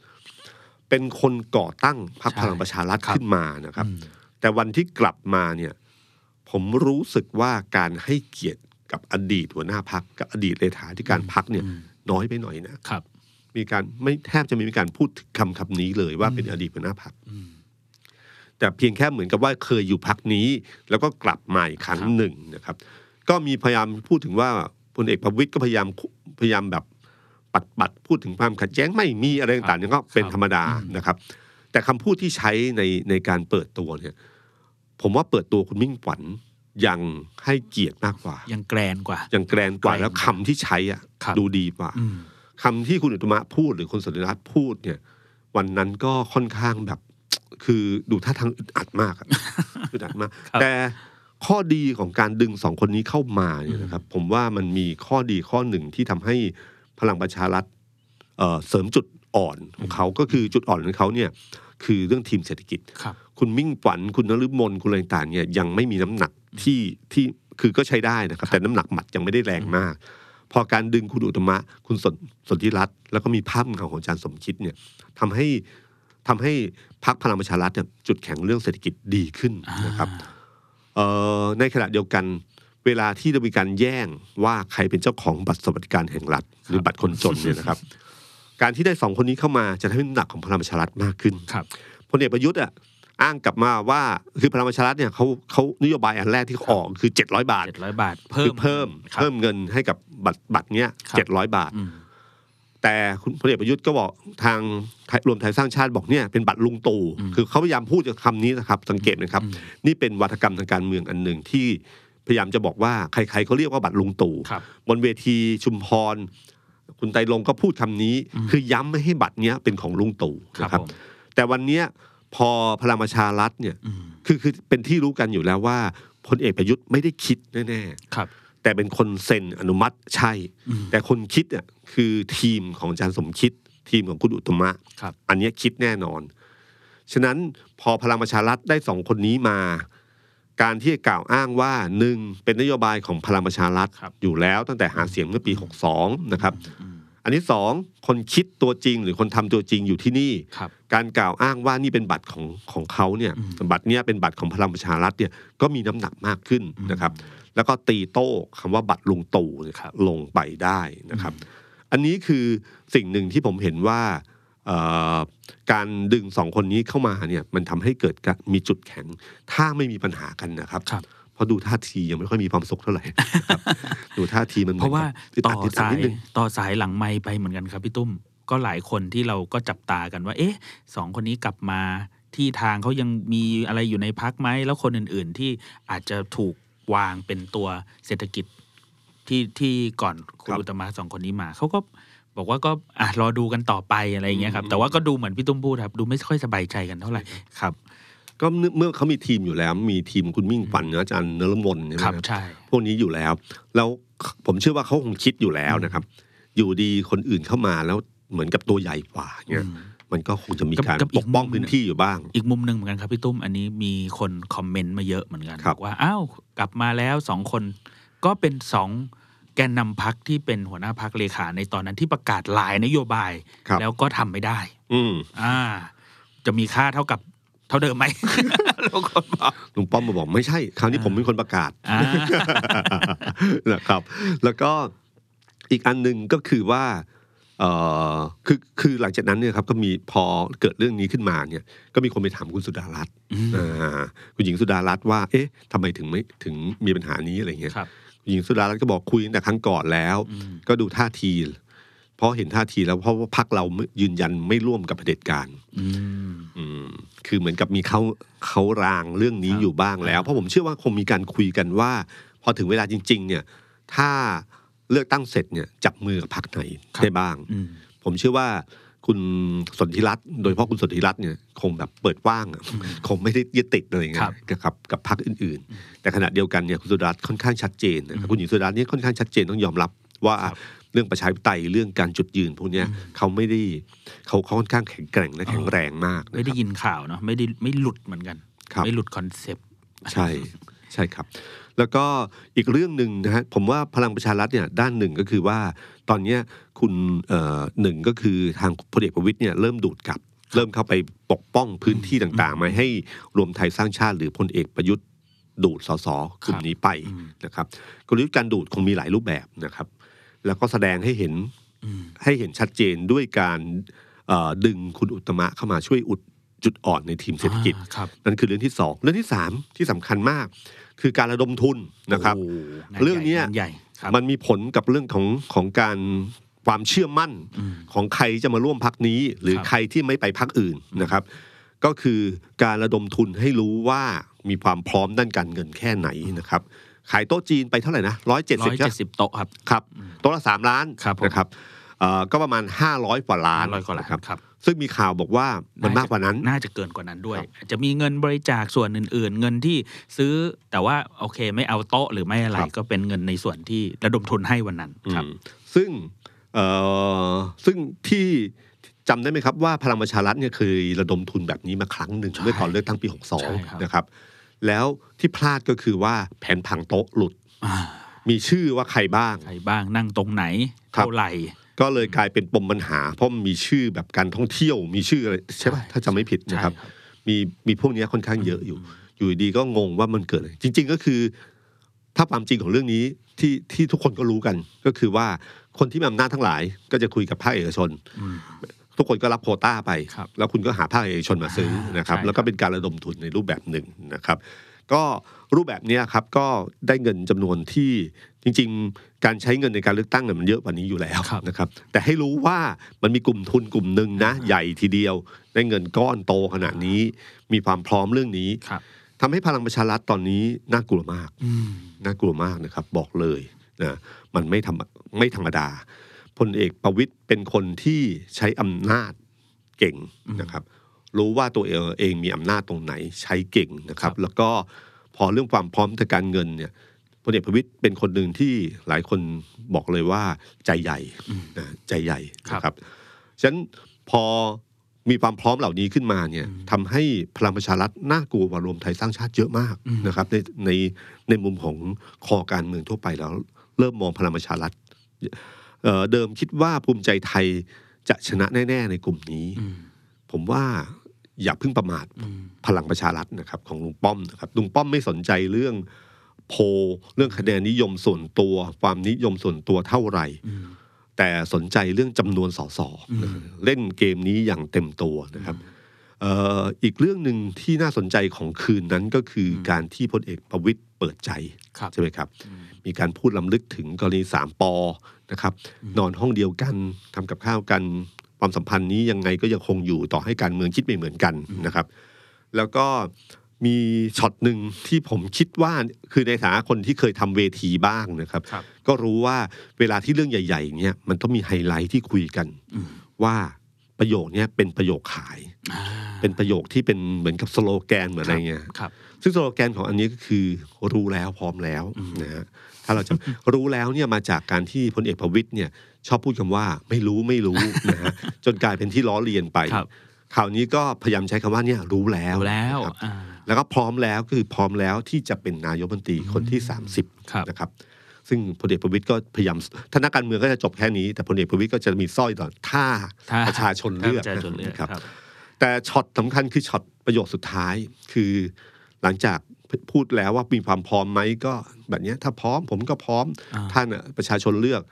เป็นคนก่อตั้งพัก
ใช่
พลังประชารัฐ
ครับ
ขึ้นมานะครับ
อืม
แต่วันที่กลับมาเนี่ย ผมรู้สึกว่าการให้เกียรติกับอดีตหัวหน้าพักกับอดีตเลขาธิการพักเนี่ย
อืม
น้อยไปหน่อยนะครับ มีการไม่แทบจะไม่มีการพูดถึงคำคำนี้เลยว่าเป็นอดีตหัวหน้าพัก
อืม
แต่เพียงแค่เหมือนกับว่าเคยอยู่พักนี้ แล้วก็กลับมาอีกครั้ง
ครับ
หนึ่งนะครับ ก็มีพยายามพูดถึงว่าพลเอกประวิตยก็พยายามพยายามแบบปัดปัดๆพูดถึงความขัดแย้งไม่มีอะไรต่างๆเนี่ยก็เป็น
ครับ
ธรรมดานะครับ แต่คำพูดที่ใช้ในในการเปิดตัวเนี่ย ผมว่าเปิดตัวคุณมิ่งขวัญยังให้เกียรติมากกว่า
ยังแกรนกว่า
ยังแกรนกว่า
แกรน
แล้วคำที่ใช้อ่ะ
ครับ
ดูดีกว่า
อืม
คำที่คุณอุตมะพูดหรือคุณสนธิรัตน์พูดเนี่ย วันนั้นก็ค่อนข้างแบบ คือดูท่าทางอึดอัดมากอะ
[LAUGHS]
อึดอัดมาก
ครับ
แต่ข้อดีของการดึงสองคนนี้เข้ามาเนี่ยนะครับ ผมว่ามันมีข้อดีข้อหนึ่งที่ทำให้พลังประชารัฐเอ่อเสริมจุดอ่อนของเขาก็คือจุดอ่อนของเขาเนี่ย คือเรื่องทีมเศรษฐกิจ
ครับ
คุณมิ่งขวัญคุณนฤมลคุณอะไรต่างๆเนี่ยยังไม่มีน้ำหนักที่ที่คือก็ใช้ได้นะครับ แต่น้ำหนักหมัดยังไม่ได้แรงมาก พอการดึงคุณอุตมะ คุณสนสนธิรัตน์แล้วก็มีภาพเงาของอาจารย์สมคิดเนี่ยทำให้ทำให้พรรคพลังประชารัฐเนี่ยจุดแข็งเรื่องเศรษฐกิจดีขึ้นนะครับเอ่อในขณะเดียวกัน เวลาที่จะมีการแย่งว่าใครเป็นเจ้าของบัตรสวัสดิการแห่งรัฐ หรือบัตรคนจนเนี่ยนะครับ การที่ได้สองคนนี้เข้ามาจะทำให้น้ำหนักของพลังประชารัฐมากขึ้น
ครับ
พลเอกประยุทธ์อ่ะอ้างกลับมาว่าคือพลังประชารัฐเนี่ยเขาเขานโยบายอันแรกที่เขาออกคือ 700 บาท
เจ็ดร้อยบาท เพิ่
คื
ม
อเพิ่ม
ครับ
เพิ่มเงินให้กับบัตรบัตรเนี้ย
ครับ
700 บาท
อืม
แต่คุณพลเอกประยุทธ์ก็บอกทางไทยรวมไทยสร้างชาติบอกเนี่ยเป็นบัตรลุงตู่คือเขาพยายามพูดกับคำนี้นะครับ สังเกตนะครับ นี่เป็นวัฒกรรมทางการเมืองอันหนึ่งที่พยายามจะบอกว่าใครๆเขาเรียกว่าบัตรลุงตู่
ครับ
บนเวทีชุมพร คุณไตรลงค์ก็พูดคำนี้ คือย้ำไม่ให้บัตรเนี้ยเป็นของลุงตู่นะค
ครั
รับ
บผม
แต่วันเนี้ยพอพลังประชารัฐเนี่ย
อืม
คือคือเป็นที่รู้กันอยู่แล้วว่าพลเอกประยุทธ์ไม่ได้คิดแน่
ครับ
ๆแต่เป็นคนเซ็นอนุมัติใช่
อืม
แต่คนคิดอ่ะคือทีมของอาจารย์สมคิด ทีมของคุณอุตมะ
ครับ
อันเนี้ยคิดแน่นอน ฉะนั้นพอพลังประชารัฐได้สองคนนี้มา การที่กล่าวอ้างว่าหนึ่งเป็นนโยบายของพลังประชารัฐ
ครับ
อยู่แล้วตั้งแต่หาเสียงเมื่อปี 62 นะครับ
อืม
อันที่สองคนคิดตัวจริงหรือคนทำตัวจริงอยู่ที่นี่
ครับ
การกล่าวอ้างว่านี่เป็นบัตรของของเขาเนี่ย
อืม
บัตรเนี่ยเป็นบัตรของพลังประชารัฐเนี่ยก็มีน้ำหนักมากขึ้นนะครับ แล้วก็ตีโต้คำว่าบัตรลุงตู่เนี่ยลงไปได้นะครับ อันนี้คือสิ่งหนึ่งที่ผมเห็นว่าเอ่อการดึงสองคนนี้เข้ามาเนี่ยมันทำให้เกิดกะมีจุดแข็ง ถ้าไม่มีปัญหากันนะครับ
ครับ
เพราะดูท่าทียังไม่ค่อยมีความสุขเท่าไหร่
[LAUGHS]
นะครับ ดูท่าทีมันหมื
เพ
อน
ราะว่า
กับ
ต่อ
ดด
สา
นิ
ย
ดนึง
ต่อสายหลังไมค์ไปเหมือนกันครับพี่ตุ้มก็หลายคนที่เราก็จับตากันว่า เอ๊ะสองคนนี้กลับมาที่ทางเขายังมีอะไรอยู่ในพักไหมแล้วคนอื่นๆ ที่อาจจะถูกวางเป็นตัวเศรษฐกิจที่ที่ก่อนคุ
ค
ณ
รับ
อุตมะสองคนนี้มาเขาก็บอกว่าก็อ่ะรอดูกันต่อไปอะไรอย่างเงี้ยครับ แต่ว่าก็ดูเหมือนพี่ตุ้มพูดครับ ดูไม่ค่อยสบายใจกันเท่าไหร่ครับ
ก็เมื่อเมื่อเขามีทีมอยู่แล้ว มีทีมคุณมิ่งขวัญอาจารย์นรมนเนี่ย
ครับ
นะครับ
ใช่
พวกนี้อยู่แล้ว แล้วผมเชื่อว่าเขาคงคิดอยู่แล้วนะครับ อยู่ดีคนอื่นเข้ามาแล้วเหมือนกับตัวใหญ่กว่าเนี่ย
อืม
มันก็คงจะมีการ
กับอี
ป
ก
กป้อง
มุม
พื้นที่อยู่บ้าง
อีกมุมหนึ่งเหมือนกันครับพี่ตุ้มอันนี้มีคนคอมเมนต์มาเยอะเหมือนกัน
ครับ
อกว่าอ้าวกลับมาแล้วสองคน ก็เป็นสองแกนนำพักที่เป็นหัวหน้าพักเลขาในตอนนั้นที่ประกาศหลายนโยบาย
ครับ
แล้วก็ทำไม่ได้
อืม
อ่า จะมีค่าเท่ากับเท่าเดิมไหม เราก็บอก
ลุงป้อมมาบอกไม่ใช่ คราวนี้
อ่า
ผมเป็นคนประกาศ
อ่า
[LAUGHS] นะครับ แล้วก็อีกอันหนึ่งก็คือว่าเอ่อคือคือหลังจากนั้นเนี่ยครับก็มีพอเกิดเรื่องนี้ขึ้นมาเนี่ย ก็มีคนไปถามคุณสุดารัตน์
อืม
อ่าคุณหญิงสุดารัตน์ว่า เอ๊ะทำไมถึงไม่ถึงมีปัญหานี้อะไรเงี้ย
ครับ
คุณหญิงสุดารัตน์ก็บอกคุยตั้งแต่ครั้งก่อนแล้ว
อืม
ก็ดูท่าที เพราะเห็นท่าทีแล้วเพราะว่าพักเราไม่ยืนยันไม่ร่วมกับเผด็จการ
อืม
อืมคือเหมือนกับมีเขาเขารางเรื่องนี้
ครับ
อยู่บ้างแล้ว เพราะผมเชื่อว่าคงมีการคุยกันว่า พอถึงเวลาจริง ๆ เนี่ย ถ้าเลือกตั้งเสร็จเนี่ยจับมือกับพรรคไหน
ครับ
ได้บ้าง
อืม
ผมเชื่อว่าคุณสนธิรัตน์โดยเฉพาะคุณสนธิรัตน์เนี่ยคงแบบเปิดว่างอะคงไม่ได้ยึดติดอะไรเงี้
ครับ
ยกับกับพรรคอื่น ๆ แต่ขณะเดียวกันเนี่ยคุณสุดารัตน์ค่อนข้างชัดเจนนะครับคุณหญิงสุดารัตน์เนี่ยค่อนข้างชัดเจนต้องยอมรับว่า
ครับ
เรื่องประชาธิปไตยเรื่องการจุดยืนพวกเนี้ยเขาไม่ได้เขาเขาค่อนข้างแข็งแกร่งและ
อ๋อ
แข็งแรงมาก
ไม่
นะค
ได้
รับ
ยินข่าวเนาะไม่ได้ไม่หลุดเหมือนกัน
ครับ
ไม่หลุดคอนเซปต์
ใช่ใช่ครับ แล้วก็อีกเรื่องหนึ่งนะฮะผมว่าพลังประชารัฐเนี่ยด้านหนึ่งก็คือว่าตอนเนี้ยคุณเอ่อหนึ่งก็คือทางพลเอกประวิตยเนี่ยเริ่มดูดกลับ เริ่มเข้าไปปกป้องพื้นที่ต่างๆ มาให้รวมไทยสร้างชาติหรือพลเอกประยุทธ์ดูดสสกลุ่มนี้ไป
อืม
นะครับกลยุทธ์การดูดคงมีหลายรูปแบบนะครับ แล้วก็แสดงให้เห็น
อืม
ให้เห็นชัดเจนด้วยการเอ่อดึงคุณอุตตมะเข้ามาช่วยอุดจุดอ่อนในทีมเศรษฐกิจ
อ่าครับ
นั่นคือเรื่องที่สองเรื่องที่สามที่สำคัญมาก คือการระดมทุนนะครับ
โอ้โหา
เรื่องเนี้ย
าใหญ่ครับ
มันมีผลกับเรื่องของของการความเชื่อมั่น
อืม
ของใครจะมาร่วมพักนี้ หรือ
ครับ
ใครที่ไม่ไปพักอื่นนะครับ ก็คือการระดมทุนให้รู้ว่ามีความพร้อมด้านการเงินแค่ไหนนะครับ ขายโต๊ะจีนไปเท่าไหร่นะร้อยเจ็ด
ร้
สิบ
อยเจ็ดสิบโต๊ะครับ
ครับโต๊ะละสามล้าน
ครับผม
นะครับเอ่อก็ประมาณ 500 กว่าล้าน
ร้อยกว่าล้า
ะครับ
นครับ
ซึ่งมีข่าวบอกว่ามันมากกว่านั้น
น่าจะเกินกว่านั้นด้วย
ครับ
อาจจะมีเงินบริจาคส่วนอื่น ๆ เงินที่ซื้อแต่ว่าโอเคไม่เอาโต๊ะหรือไม่อะไร
ครับ
ก็เป็นเงินในส่วนที่ระดมทุนให้วันนั้นครับ
อืมซึ่งเอ่อซึ่งที่จำได้ไหมครับว่าพลังประชารัฐเนี่ยเคยระดมทุนแบบนี้มาครั้งหนึ่ง
ใช่
เมื่อตอนเลือกตั้งปี
ใช่ครับ
62 นะครับ แล้วที่พลาดก็คือว่าแผนผังโต๊ะหลุด
อ่า
มีชื่อว่าใครบ้าง
ใครบ้างนั่งตรงไหน
ครับ
เท่าไหร่
ก็เลยกลายเป็นปมปัญหา เพราะมีชื่อแบบการท่องเที่ยวมีชื่ออะไรใช่ป่ะ
ใช่
ถ้าจำไม่ผิดนะครับ
ใช่
มีมีพวกเนี้ยค่อนข้างเยอะอยู่ อยู่ดีก็งงว่ามันเกิดอะไรจริง ๆ ก็คือ ถ้าความจริงของเรื่องนี้ที่ที่ทุกคนก็รู้กัน ก็คือว่าคนที่มีอำนาจทั้งหลาย ก็จะคุยกับภาคเอกชน ทุกคนก็รับโควต้าไป
ครับ
แล้วคุณก็หาภาคเอกชนมาซื้อนะครับ
ใช่ครับ
แล้วก็เป็นการระดมทุนในรูปแบบหนึ่งนะครับ ก็รูปแบบเนี้ยครับก็ได้เงินจำนวนที่จริง ๆ การใช้เงินในการเลือกตั้งเนี่ยมันเยอะกว่านี้อยู่แล้วนะครับ แต่ให้รู้ว่ามันมีกลุ่มทุนกลุ่มหนึ่งนะ ใหญ่ทีเดียว ได้เงินก้อนโตขนาดนี้ มีความพร้อมเรื่องนี้
ครับ
ทำให้พลังประชารัฐตอนนี้น่ากลัวมาก
อืม
น่ากลัวมากนะครับ บอกเลยนะมันไม่ธรรมไม่ธรรมดาพลเอกประวิตยเป็นคนที่ใช้อำนาจเก่งนะครับ รู้ว่าตัวเองเองมีอำนาจตรงไหนใช้เก่งนะครับ แล้วก็พอเรื่องความพร้อมทางการเงินเนี่ยพลเอกประวิตยเป็นคนหนึ่งที่หลายคนบอกเลยว่าใจใหญ่นะใจใหญ่นะครับฉะนั้นพอ มีความพร้อมเหล่านี้ขึ้นมาเนี่ยทำให้พลังประชารัฐน่ากลัวกว่ารวมไทยสร้างชาติเยอะมากนะครับในในในมุมของคอการเมืองทั่วไปแล้ว เริ่มมองพลังประชารัฐเอ่อเดิมคิดว่าภูมิใจไทยจะชนะแน่ๆในกลุ่มนี้
อืม
ผมว่าอย่าเพิ่งประมาท
อืม
พลังประชารัฐนะครับของลุงป้อมนะครับลุงป้อมไม่สนใจเรื่องโพลเรื่องคะแนนนิยมส่วนตัว ความนิยมส่วนตัวเท่าไหร่
อืม
แต่สนใจเรื่องจำนวนสสนะครับเล่นเกมนี้อย่างเต็มตัวนะครับเอ่ออีกเรื่องหนึ่งที่น่าสนใจของคืนนั้นก็คืออการที่พลเอกประวิตยเปิดใจ
ครับ
ใช่ไหมครับ มีการพูดล้ำลึกถึงกรณีสามปอนะครับ นอนห้องเดียวกันทำกับข้าวกัน ความสัมพันธ์นี้ยังไงก็ยังคงอยู่ต่อให้การเมืองคิดไม่เหมือนกันนะครับ แล้วก็มีช็อตหนึ่งที่ผมคิดว่าคือในฐานะคนที่เคยทำเวทีบ้างนะครับ
ครับ
ก็รู้ว่าเวลาที่เรื่องใหญ่ๆอย่างเงี้ยมันต้องมีไฮไลท์ที่คุยกัน
อืม
ว่าประโยคเนี้ยเป็นประโยคขาย
อ่า
เป็นประโยคที่เป็นเหมือนกับสโลแกนเหมือนอะไรเงี้ย
ครับ
ซึ่งสโลแกนของอันนี้ก็คือรู้แล้วพร้อมแล้วนะฮะถ้าเราจะ [LAUGHS] รู้แล้วเนี่ยมาจากการที่พลเอกประวิตยเนี่ยชอบพูดคำว่าไม่รู้ไม่รู้ [LAUGHS] นะฮะจนกลายเป็นที่ล้อเลียนไป
ครับ
คราวนี้ก็พยายามใช้คำว่าเนี่ยรู้แล้ว
เอาแล้ว
นะครับ
อ่า
แล้วก็พร้อมแล้วก็คือพร้อมแล้วที่จะเป็นนายกบัญชีคนที่
ครับ
30นะครับซึ่งพลเอกประวิตยก็พยายามถ้านักการเมืองก็จะจบแค่นี้ แต่พลเอกประวิตยก็จะมีสร้อยต่อท่า
ถ้
ประชาชน
ถ้
เลือก
ประชาชนเลือก
นะ
ครับ
แต่ช็อตสำคัญคือช็อตประโยคสุดท้ายคือหลังจากพูดแล้วว่ามีความพร้อมไหมก็แบบเนี้ยถ้าพร้อมผมก็พร้อม
อ่า
ท่านน่ะประชาชนเลือก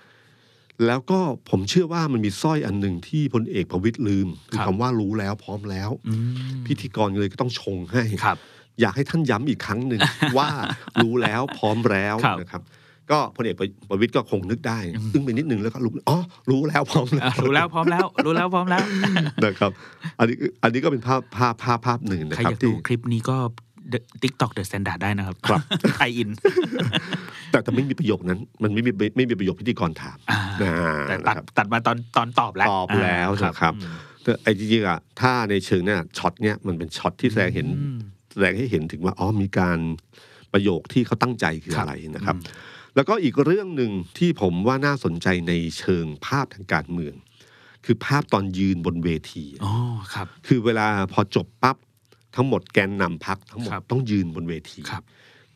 แล้วก็ผมเชื่อว่ามันมีสร้อยอันหนึ่งที่พลเอกประวิตยลืม คือคำว่ารู้แล้วพร้อมแล้ว
อืม
พิธีกรเลยก็ต้องชงให้
ครับ
อยากให้ท่านย้ำอีกครั้งห [LAUGHS] นึ่ง ว่ารู้แล้วพร้อมแล้ว
ครับ
นะครับ ก็พลเอกประวิตยก็คงนึกได้อึ้งไปนิดนึงแล้วก็รู้อ๋อรู้แล้วพร้อมแล้ว
อ่ะรู้แล้วพร้อมแล้ว รู้แล้วพร้อมแล้ว
[LAUGHS] นะครับอันนี้อันนี้ก็เป็นภาพภาพภาพภาพหนึ่งนะ
ใคร
ครั
อบ ยากดู
ที่
คลิปนี้ก็ติ๊กต็อกเดอะสแตนดาร์ดได้นะครับครับไทยอิน
แต่แต่ไม่มีประโยคนั้น มันไม่มีไม่มีประโยคพิธีกรถาม
อ่า
อ่า
แต่
นะ
ตัด
ครับ
ตัดมาตอนตอนตอบแล้ว
ตอบแล้ว
อ่า
นะครับ
อืม
แต่ไอ้จริงๆอ่ะถ้าในเชิงเนี่ยช็อตเนี่ยมันเป็นช็อตที่แสดงเห็น
อืม
แสดงให้เห็นถึงว่าอ๋อมีการประโยคที่เขาตั้งใจคือ
ครับ
อะไรนะครับ แล้วก็อีกเรื่องหนึ่งที่ผมว่าน่าสนใจในเชิงภาพทางการเมือง คือภาพตอนยืนบนเวที
อ๋อครับ
คือเวลาพอจบปั๊บทั้งหมดแกนนำพักทั้งหมด
ครับ
ต้องยืนบนเวที
ครับ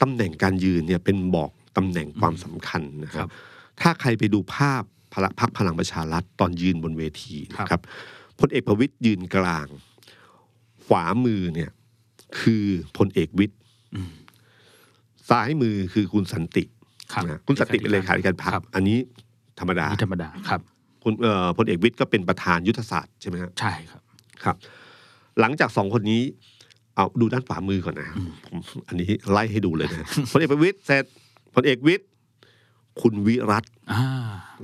ตำแหน่งการยืนเนี่ยเป็นบอกตำแหน่งความสำคัญนะค
ครั
รั
บบ
ถ้าใครไปดูภาพพลักพักพลังประชารัฐตอนยืนบนเวทีนะ
ค
ค
รั
รับ บพลเอกประวิตยยืนกลาง ขวามือเนี่ยคือพลเอกวิทย์ซ้ายมือคือคุณสันติ
ครับ
นะคุณสันติเป็นเลขาธิการพรรค
ครับ
อันนี้ธรรมดา
นี่ธรรมดาครับ
คุณเอ่อพลเอกวิทย์ก็เป็นประธานยุทธศาสตร์ใช่ไหมฮะ
ใช่ครับ
ครับหลังจากสองคนนี้เอาดูด้านขวามือก่อนนะผมอันนี้ไล่ให้ดูเลยนะพลเอกประวิตยเสร็จพลเอกวิทย์คุณวิรัต
อ่า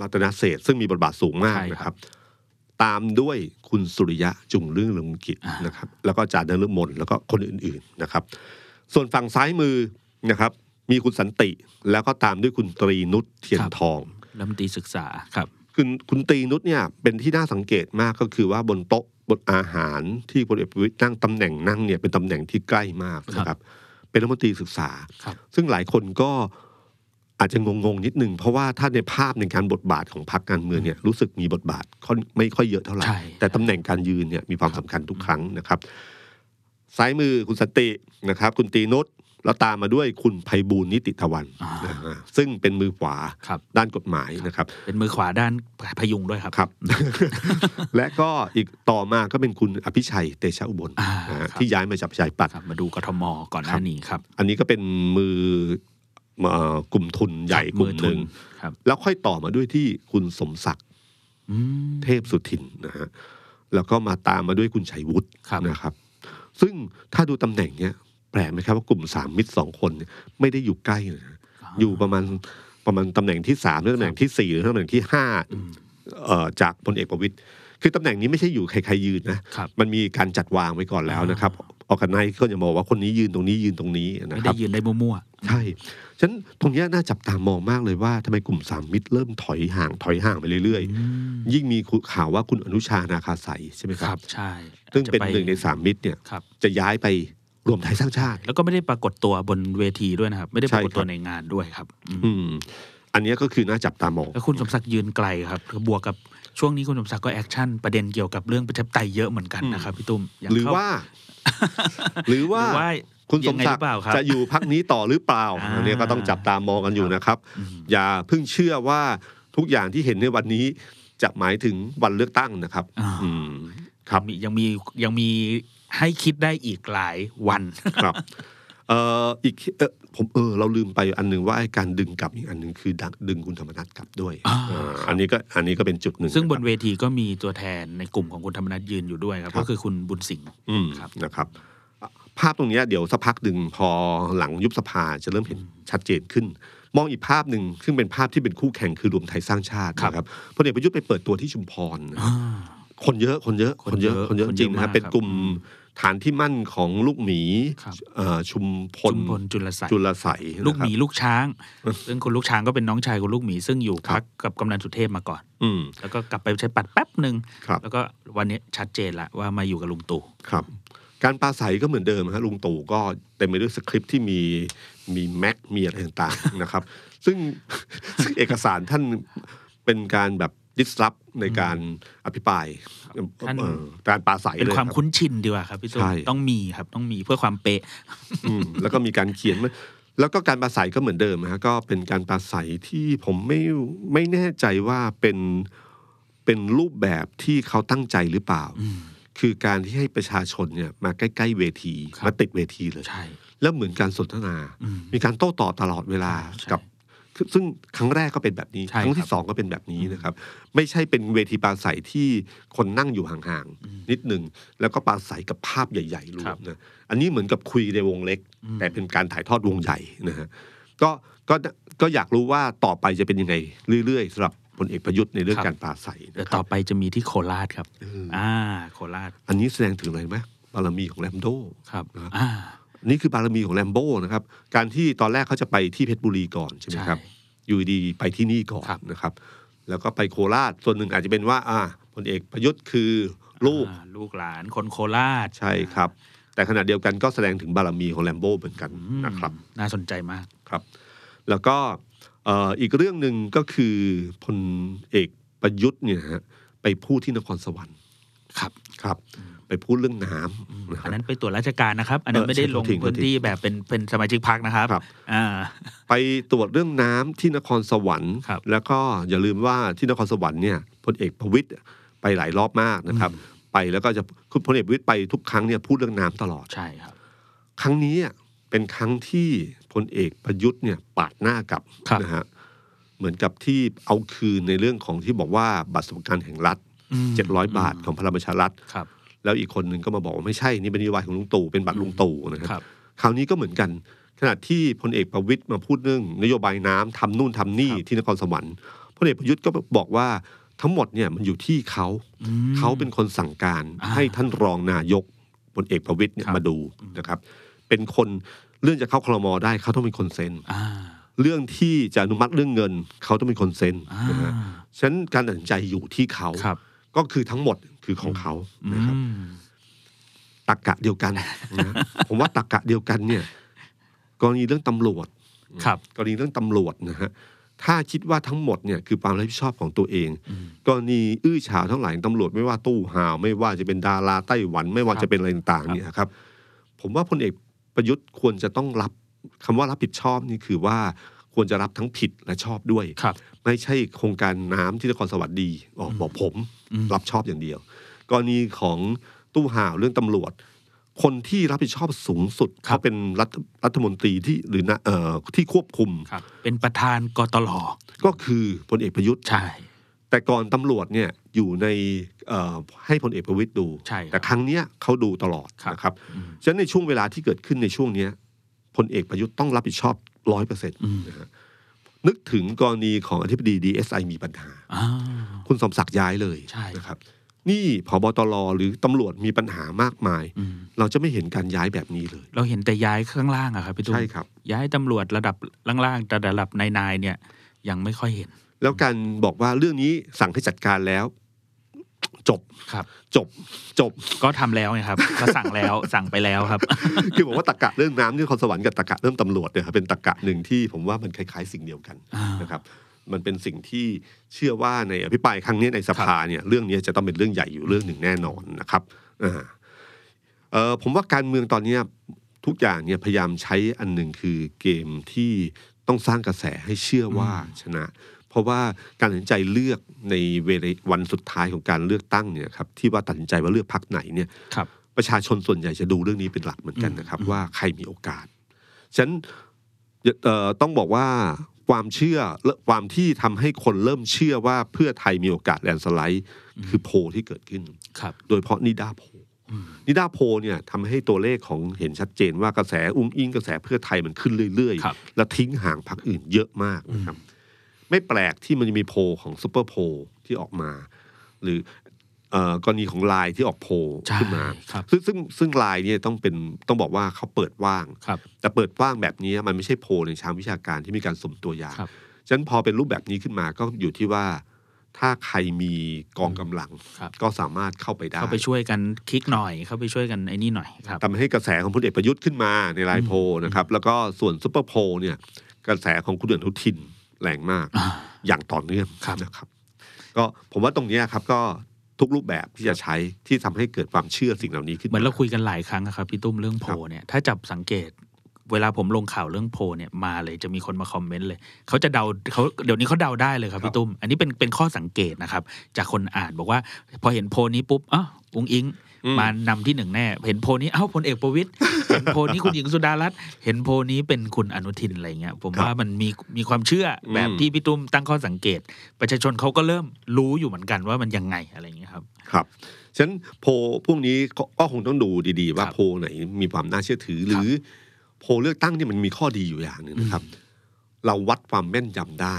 รัตนเศรษฐ์ซึ่งมีบทบาทสูงมาก
ใช่
นะ
ค
ค
รั
รับ บ ตามด้วยคุณสุริยะจุงเรื่องเรืองกิจนะครับ แล้วก็อาจารย์นฤมลแล้วก็คนอื่นๆนะครับ ส่วนฝั่งซ้ายมือนะครับ มีคุณสันติ แล้วก็ตามด้วยคุณตรีนุชเทียนทอง
รัฐมนตรีศึกษาครับ
คุณคุณตรีนุชเนี่ยเป็นที่น่าสังเกตมากก็คือว่าบนโต๊ะบนอาหารที่พลเอกประวิตยนั่งตำแหน่งนั่งเนี่ยเป็นตำแหน่งที่ใกล้มาก
ครับ
นะครับ เป็นรัฐมนตรีศึกษา
ครับ
ซึ่งหลายคนก็อาจจะงงๆนิดนึง เพราะว่าถ้าในภาพในการบทบาทของพรรคการเมืองเนี่ยรู้สึกมีบทบาทค่อนไม่ค่อยเยอะเท่าไหร่
ใช่
แต่ตำแหน่งการยืนเนี่ยมีความสำคัญทุกครั้งนะครับ ซ้ายมือคุณสนตินะครับ คุณตรีนุชแล้วตามมาด้วยคุณไพบูลย์นิติตะวัน
อ่า
อ่าซึ่งเป็นมือขวา
ครับ
ด้านกฎหมายนะครับ
เป็นมือขวาด้านพยุงด้วยครับ
ครับ [LAUGHS] และก็อีกต่อมาก็เป็นคุณอภิชัยเตชะอุบล
อ่า
นะฮะ
ครับ
ที่ย้ายมาจากประชาธิปัตย์
ครับ มาดูกทมก่อนหน้านี้ครับ
อันนี้ก็เป็นมือเอ่อกลุ่มทุนใหญ่กลุ่มหนึ่ง
ครับ
แล้วค่อยต่อมาด้วยที่คุณสมศักดิ์
อืม
เทพสุทินนะฮะแล้วก็มาตามมาด้วยคุณชัยวุฒิ
ครับ
นะครับ ซึ่งถ้าดูตำแหน่งเนี้ยแปลกไหมครับว่ากลุ่มสามมิตรสองคนเนี่ยไม่ได้อยู่ใกล้เลยนะ อยู่ประมาณประมาณตำแหน่งที่สามหรือตำแหน่งที่สี่หรือตำแหน่งที่ห้าเอ่อจากพลเอกประวิตยคือตำแหน่งนี้ไม่ใช่อยู่ใครๆยืนนะครับ มันมีการจัดวางไว้ก่อนแล้วนะครับออกกันไนก็จะบอกว่าคนนี้ยืนตรงนี้ยืนตรงนี้นะ
ไม่
ค
ได้
รับ
ยืนได้มั่ว
ใช่ฉะนันตรงเนี้ยน่าจับตามองมากเลยว่าทำไมกลุ่มสามมิตรเริ่มถอยห่างถอยห่างไปเรื่อย
ๆอืม
ๆ ยิ่งมีข่าวว่าคุณอนุชานาคาใสใช่ไหม
ค
ค
รั
รั
บบ ใช่
ซึ่งเป็น
อาจจะไห
นึ่งในสามมิตรเนี่ย
ครับ
จะย้ายไปรวมไทยสร้างชาติ
แล้วก็ไม่ได้ปรากฏตัวบนเวทีด้วยนะครับ ไม่ได้ปรากฏตัว
ใช่ครับ
ในงานด้วยครับอืม
อืมอันเนี้ยก็คือน่าจับตามอง
แล้วคุณสมศักดิ์ยืนไกลครับบวกกับ ช่วงนี้คุณสมศักดิ์ก็แอคชั่นประเด็นเกี่ยวกับเรื่องประชาธิปไตยเยอะเหมือนกันนะครับพี่ตุ้มย่ง
หรือ
เข้ [LAUGHS]
ว่า หรือว่า
หรือว่า
คุณสมศัก
ยั
ดิ์
งไงหรือเปล่าครับ
จะอยู่พักนี้ต่อหรือเปล่า
อ่า
อันนี้ก็ต้องจับตามองกันอยู่นะครับ
อืม
อย่าเพิ่งเชื่อว่าทุกอย่างที่เห็นในวันนี้จะหมายถึงวันเลือกตั้งนะครับ
อ่า
อืมครับ
มียังมียังมีให้คิดได้อีกหลายวัน
ครับ [LAUGHS] เอ่ออีกเอ่อผมเออเราลืมไปอันหนึ่งว่าไอ้การดึงกลับอีกอันหนึ่งคือดักดึงคุณธรรมนัฐกลับด้วย
อ่า
เอ่ออันนี้ก็อันนี้ก็เป็นจุดหนึ่ง
ซึ่งบนะ
ครั
เวทีก็มีตัวแทนในกลุ่มของคุณธรรมนัฐยืนอยู่ด้วยครับ
ครับ
ก็คือคุณบุญสิงห์
อืม
ครับ
นะครับอ่ะภาพตรงเนี้ยเดี๋ยวสักพักดึงพอหลังยุบสภาจะเริ่มเห็นชัดเจนขึ้น มองอีกภาพหนึ่งซึ่งเป็นภาพที่เป็นคู่แข่งคือรวมไทยสร้างชาตินะครับพลเอกประยุทธ์ไปเปิดตัวที่ชุมพร
อ่า
คนเยอะคนเยอะ
คนเยอะ
คนเยอะ
คน
จ
เยอะ
ริงนะค
มา
รั
ก
บเป็น
ครับ
กลุ่มฐานที่มั่นของลูกหมี
ครับ
เอ่อชุมพล
ชุมพลจุลศัก
จุ
ดิ์
ลใสยนะครับ
ลูกหมีลูกช้าง ซึ่งคุณลูกช้างก็เป็นน้องชายคุณลูกหมี ซึ่งอยู่
ครับ
พักกับกำนันสุเทพมาก่อน
อืม
แล้วก็กลับไปใช้ปัดแป๊บหนึ่ง
ครับ
แล้วก็วันนี้ชัดเจนละว่ามาอยู่กับลุงตู่
ครับ การปราศัยก็เหมือนเดิมฮะลุงตู่ก็เต็มไปด้วยสคริปต์ที่มีมีแม็กมีอะไรต่างๆ นะครับ [LAUGHS] ซึ่งซึ่งเอกสารท่านเป็นการแบบดิสรับในการอภิปราย
ท่าน
เอ่อการปราศัย
เป็น
เลย
ควา
รั
ม
บ
คุ้นชินดีกว่าครับพี่ตุ้ม
ใช่
ต้องมีครับต้องมีเพื่อความเป๊ะ
อื
[LAUGHS]
มแล้วก็มีการเขียนมาแล้วก็การปราศัยก็เหมือนเดิมฮะก็เป็นการปราศัยที่ผมไม่ไม่แน่ใจว่าเป็นเป็นรูปแบบที่เขาตั้งใจหรือเปล่า คือการที่ให้ประชาชนเนี่ยมาใกล้ๆเวที
ครับ
มาติดเวทีเลย
ใช่
แล้วเหมือนการสนทนา
อืม
มีการโต้ตอบตลอดเวลา
ใช่
กับ ซึ่งครั้งแรกก็เป็นแบบนี้
ใช่
ครั้ง
ครั
ที่
บ
สองก็เป็นแบบนี้นะครับ ไม่ใช่เป็นเวทีปราศัยที่คนนั่งอยู่ห่างๆ นิดหนึ่ง แล้วก็ปราศัยกับภาพใหญ่ๆรว
ครั
ม
บ
นะ อันนี้เหมือนกับคุยในวงเล็ก แต่เป็นการถ่ายทอดวงใหญ่นะฮะ ก็ ก็ ก็อยากรู้ว่าต่อไปจะเป็นยังไงเรื่อยๆสำหรับพลเอกประยุทธ์ในเรื่อง
ครับ
การปราศัย
เดี๋ย
นะ
ว
ครั
ต่อบ ไปจะมีที่โคราชครับอ่าโคราช
อันนี้แสดงถึงอะไรไหมบารมีของแรมโด
ครับ
ครับ
อ่า
นี่คือบารมีของแรมโบ้นะครับ การที่ตอนแรกเขาจะไปที่เพชรบุรีก่อนใช่ไหมครับ
ใช่
อยู่ดีๆไปที่นี่ก่อน
ครับ
นะครับ แล้วก็ไปโคราช ส่วนหนึ่งอาจจะเป็นว่า อ่าพลเอกประยุทธ์คือลูก
อ่าลูกหลานคนโคราช
ใช่ครับ แต่ขณะเดียวกันก็แสดงถึงบารมีของแรมโบ้เหมือนกัน
อืม
นะครับ
น่าสนใจมาก
ครับ แล้วก็เอ่ออีกเรื่องหนึ่งก็คือพลเอกประยุทธ์เนี่ยฮะไปพูดที่นครสวรรค์
ครับ
ครับ ไปพูดเรื่องน้
อืม
ำนะครั
อัน
บ
นั้นไปตรวจราชการนะครับ อันนั้
เอนอ
ไม่ได้ลง
ใช่ขอโทษที
พื้นที่แบบเป็นเป็นสมาชิกพักนะครับ
ครับ
อ่า
ไปตรวจเรื่องน้ำที่นครสวรรค์
ครับ
แล้วก็อย่าลืมว่าที่นครสวรรค์เนี่ยพลเอกประวิตยไปหลายรอบมากนะครับ ไปแล้วก็จะคุณพลเอกประวิตยไปทุกครั้งเนี่ยพูดเรื่องน้ำตลอด
ใช่ครับ
ครั้งนี้เป็นครั้งที่พลเอกประยุทธ์เนี่ยปาดหน้ากับ
ครับ
นะฮะเหมือนกับที่เอาคืนในเรื่องของที่บอกว่าบัตรสวัสดิการแห่งรัฐ
อืม
700 บาทของพลังประชารัฐ
ครับ
แล้วอีกคนหนึ่งก็มาบอกว่าไม่ใช่นี่เป็นนโยบายของลุงตู่เป็นบัตรลุงตู่นะค
ครั
รับ
บ
คราวนี้ก็เหมือนกัน ขณะที่พลเอกประวิตยมาพูดเรื่องนโยบายน้ำทำนู่นทำนี่
ครับ
ที่นครสวรรค์พลเอกประยุทธ์ก็บอกว่าทั้งหมดเนี่ยมันอยู่ที่เขา
อืม
เขาเป็นคนสั่งการ
อ่า
ให้ท่านรองนายกพลเอกประวิตยเนี่ย
ครับ
มาดูนะครับ เป็นคนเรื่องจะเข้าคลมอได้เขาต้องเป็นคนเซ็น
อ่า
เรื่องที่จะอนุมัติเรื่องเงิน เขาต้องเป็นคนเซ็น
อ่า
นะฮะฉะนั้นการตัดสินใจอยู่ที่เขา
ครับ
ก็คือทั้งหมดคือของเขานะครับ
อืม
ตรกกะเดียวกันนะ ผมว่าตรกกะเดียวกันเนี่ยกรณีเรื่องตำรวจ
ครับ
กรณีเรื่องตำรวจนะฮะถ้าคิดว่าทั้งหมดเนี่ยคือความรับผิดชอบของตัวเอง กรณีอื้อฉาวทั้งหลายตำรวจไม่ว่าตู้ห่าว ไม่ว่าจะเป็นดาราไต้หวัน ไม่ว่าจะเป็นอะไรต่างๆเนี่ยครับ ผมว่าพลเอกประยุทธ์ควรจะต้องรับคำว่ารับผิดชอบนี่คือว่าควรจะรับทั้งผิดและชอบด้วย
ครับ
ไม่ใช่โครงการน้ำที่นครสวรรค์ดีออกบอกผม
อืม
รับชอบอย่างเดียว กรณีของตู้ห่าวเรื่องตำรวจ คนที่รับผิดชอบสูงสุดเขาเป็นรัฐรัฐมนตรีที่หรือนะเอ่อที่ควบคุม
ครับ เป็นประธานกตล
ก็คือพลเอกประยุทธ์
ใช่
แต่ก่อนตำรวจเนี่ยอยู่ในเอ่อให้พลเอกประวิตยดู
ใช่ครับ
แต่ครั้งเนี้ยเขาดูตลอด
ครับ
นะครับ
อืม
ฉะนั้นในช่วงเวลาที่เกิดขึ้นในช่วงเนี้ยพลเอกประยุทธ์ต้องรับผิดชอบร้อยเปอร์เซ็นต์
อืม
นึกถึงกรณีของอธิบดีดีเอสไอมีปัญหา
อ่า
คุณสมศักดิ์ย้ายเลย
ใช่
นะครับ นี่พบตรหรือตำรวจมีปัญหามากมาย
อืม
เราจะไม่เห็นการย้ายแบบนี้เลย
เราเห็นแต่ย้ายข้างล่างอะครับพี่ตุ้ม
ใช่ครับ
ย้ายตำรวจระดับล่างๆแต่ระดับนายๆเนี่ย ยังไม่ค่อยเห็น
แล้วการบอกว่าเรื่องนี้สั่งให้จัดการแล้ว จบ
ครับ
จบจบ
ก็ทำแล้วไงครับ ก็สั่งแล้ว [LAUGHS] สั่งไปแล้วครับ
คือผมว่าตะกะเรื่องน้ำที่นครสวรรค์กับตะกะเรื่องตำรวจเนี่ยครับเป็นตะกะหนึ่งที่ผมว่ามันคล้ายๆ สิ่งเดียวกัน
อ่าน
นะครับ มันเป็นสิ่งที่เชื่อว่าในอภิปรายครั้งนี้ในสภาเนี่ยเรื่องนี้จะต้องเป็นเรื่องใหญ่อยู่เรื่องหนึ่งแน่นอนนะครับอ่าเออผมว่าการเมืองตอนเนี้ยทุกอย่างเนี่ยพยายามใช้อันหนึ่งคือเกมที่ต้องสร้างกระแสให้เชื่อว่าชนะ เพราะว่าการตัดสินใจเลือกในเวลาวันสุดท้ายของการเลือกตั้งเนี่ยครับที่ว่าตัดสินใจว่าเลือกพรรคไหนเนี่ย
ครับ
ประชาชนส่วนใหญ่จะดูเรื่องนี้เป็นหลักเหมือนกันนะครับ ว่าใครมีโอกาส ฉะนันเอ่อต้องบอกว่าความเชื่อและความที่ทำให้คนเริ่มเชื่อว่าเพื่อไทยมีโอกาสแลนด์สไลด์คือโพลที่เกิดขึ้น
ครับ
โดยเฉพราะนิดาโพลนิดาโพลเนี่ยทำให้ตัวเลขของเห็นชัดเจนว่ากระแสอุ้งอิงกระแสเพื่อไทยมันขึ้นเรื่อย
ครับ
ๆ และทิ้งห่างพรรคอื่นเยอะมากนะครับ ไม่แปลกที่มันจะมีโพลของซูเปอร์โพลที่ออกมา หรือเอ่อกรณีของไลน์ที่ออกโพล
ใช่
ขึ้นมา
ครับ
ซึ่งซึ่งซึ่งไลน์เนี่ยต้องเป็นต้องบอกว่าเขาเปิดว่าง
ครับ
แต่เปิดว่างแบบนี้มันไม่ใช่โพลในเชางวิชาการที่มีการสุ่มตัวอย่าง
ครับ
ฉะนั้นพอเป็นรูปแบบนี้ขึ้นมาก็อยู่ที่ว่า ถ้าใครมีกองกำลัง
ครับ
ก็สามารถเข้าไปได้
เข้าไปช่วยกันคลิกหน่อย เข้าไปช่วยกันไอ้นี่หน่อยครับ
ทำให้กระแสของพลเอกประยุทธ์ขึ้นมาในไลน์โพลนะครับแล้วก็ส่วนซุปเปอร์โพลเนี่ยกระแสของคุณเดือนทุทินแรงมาก
อ่า
อย่างต่อเนื่อง
ครับ
นะครับ ก็ผมว่าตรงเนี้ยครับก็ทุกรูปแบบที่จะใช้ที่ทำให้เกิดความเชื่อสิ่งเหล่านี้ขึ้น
เหมือนเราคุยกันหลายครั้งอะครับพี่ตุ้มเรื่องโพลเนี่ยถ้าจับสังเกต เวลาผมลงข่าวเรื่องโพลเนี่ยมาเลยจะมีคนมาคอมเมนต์เลยเขาจะเดาเขาเดี๋ยวนี้เขาเดาได้เลยครับพี่ตุ้มอันนี้เป็นเป็นข้อสังเกตนะครับ จากคนอ่านบอกว่า พอเห็นโพลนี้ปุ๊บอ้าวอุ้งอิง
อื
มานำที่หนึ่งแน่ เห็นโพลนี้เอ้าพลเอกประวิตย เห็นโพลนี้คุณหญิงสุดารัตน์เห็นโพลนี้เป็นคุณอนุทินอะไรเงี้ยผม
ครับ
ว่ามันมีมีความเชื่ออ
ม
แบบที่พี่ตุ้มตั้งข้อสังเกต ประชาชนเขาก็เริ่มรู้อยู่เหมือนกันว่ามันยังไงอะไรเงี้ยครับ
ครับฉะนั้นโพลพวกนี้ก็ก็คงต้องดูดีๆ ว่า
ครับ
โพลไหนมีความน่าเชื่อถือ หรือโพลเลือกตั้งเนี่ยมันมีข้อดีอยู่อย่างหนึ่งนะครับ เราวัดความแม่นยำได้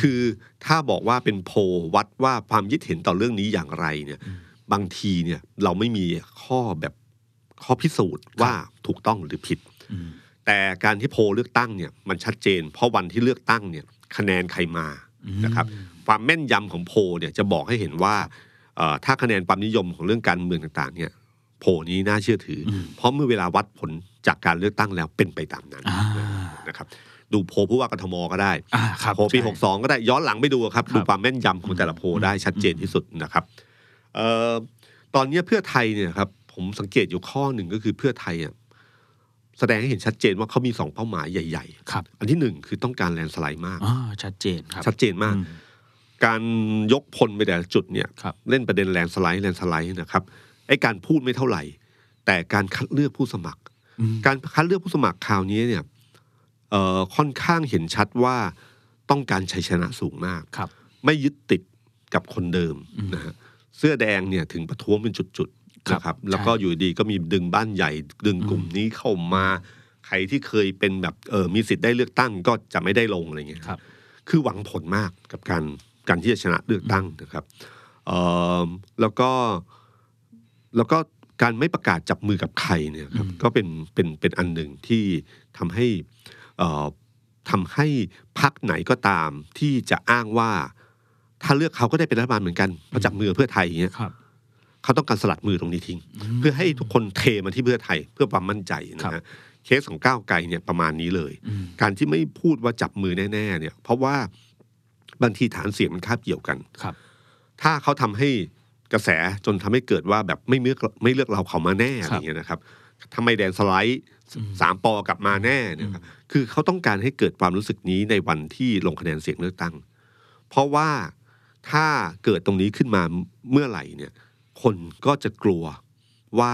คือถ้าบอกว่าเป็นโพลวัดว่าความคิดเห็นต่อเรื่องนี้อย่างไรเนี่ย บางทีเนี่ยเราไม่มีข้อแบบข้อพิสูจน์ว่าถูกต้องหรือผิด
อืม
แต่การที่โพลเลือกตั้งเนี่ยมันชัดเจน เพราะวันที่เลือกตั้งเนี่ยคะแนนใครมานะครับ ความแม่นยำของโพลเนี่ยจะบอกให้เห็นว่าเอ่อถ้าคะแนนความนิยมของเรื่องการเมืองต่างๆ เนี่ยโพลนี้น่าเชื่อถืออเพราะเมื่อเวลาวัดผลจากการเลือกตั้งแล้วเป็นไปตามนั้น
อ่า
นะครับ ดูโพลผู้ว่ากทมก็ได้
อ่าครับ
โพลปี
ใช่
62 ก็ได้ย้อนหลังไปดูครับ
ครับ
ดูความแม่นยำของแต่ละโพลได้ชัดเจนที่สุดนะครับเอ่อตอนเนี้ยเพื่อไทยเนี่ยครับผมสังเกตอยู่ข้อหนึ่งก็คือเพื่อไทยอะแสดงให้เห็นชัดเจนว่าเขามีสองเป้าหมายใหญ่
ครับ
ๆ อันที่หนึ่งคือต้องการแลนด์สไลด์มาก
อ่าชัดเจนครับ
ชัดเจนมาก
อืม
การยกพลไปแต่ละจุดเนี่ย
ครับ
เล่นประเด็นแลนด์สไลด์แลนด์สไลด์นะครับไอ้การพูดไม่เท่าไหร่ แต่การคัดเลือกผู้สมัคร
อืม
การคัดเลือกผู้สมัครคราวนี้เนี่ยเอ่อค่อนข้างเห็นชัดว่าต้องการชัยชนะสูงมาก
ครับ
ไม่ยึดติดกับคนเดิมนะฮะเสื้อแดงเนี่ยถึงประท้วงเป็นจุดๆ
ครับ
นะครับ แล้วก็
ใช่
อยู่ดีก็มีดึงบ้านใหญ่ ดึงกลุ่มนี้เข้ามา ใครที่เคยเป็นแบบเออมีสิทธิ์ได้เลือกตั้งก็จะไม่ได้ลงอะไรเงี้ย
ครับ
คือหวังผลมากกับการการที่จะชนะเลือกตั้งนะครับเอ่อแล้วก็แล้วก็การไม่ประกาศจับมือกับใครเนี่ยครับก็เป็นเป็นเป็นอันหนึ่งที่ทำให้ เอ่อทำให้พักไหนก็ตามที่จะอ้างว่า ถ้าเลือกเขาก็ได้เป็นรัฐบาลเหมือนกันเพราะจับมือเพื่อไทยอย่างเงี้ย
ครับ
เขาต้องการสลัดมือตรงนี้ทิ้ง เพื่อให้ทุกคนเทมาที่เพื่อไทยเพื่อความมั่นใจนะ
ครั
ฮะ
บ
เคสของก้าวไกลเนี่ยประมาณนี้เลย
อืม
การที่ไม่พูดว่าจับมือแน่ๆเนี่ยเพราะว่าบางทีฐานเสียงมันคาบเกี่ยวกัน
ครับ
ถ้าเขาทำให้กระแสจนทำให้เกิดว่าแบบไม่เลือกไม่เลือกเราเขามาแน่
ครั
อะ
บ
ไรอย่างเงี้ยนะครับทำไมแดนสไลด์
อืม
สามปอกลับมาแน่เนยครับคือเขาต้องการให้เกิดความรู้สึกนี้ในวันที่ลงคะแนนเสียงเลือกตั้ง เพราะว่าถ้าเกิดตรงนี้ขึ้นมาเมื่อไหร่เนี่ย คนก็จะกลัวว่า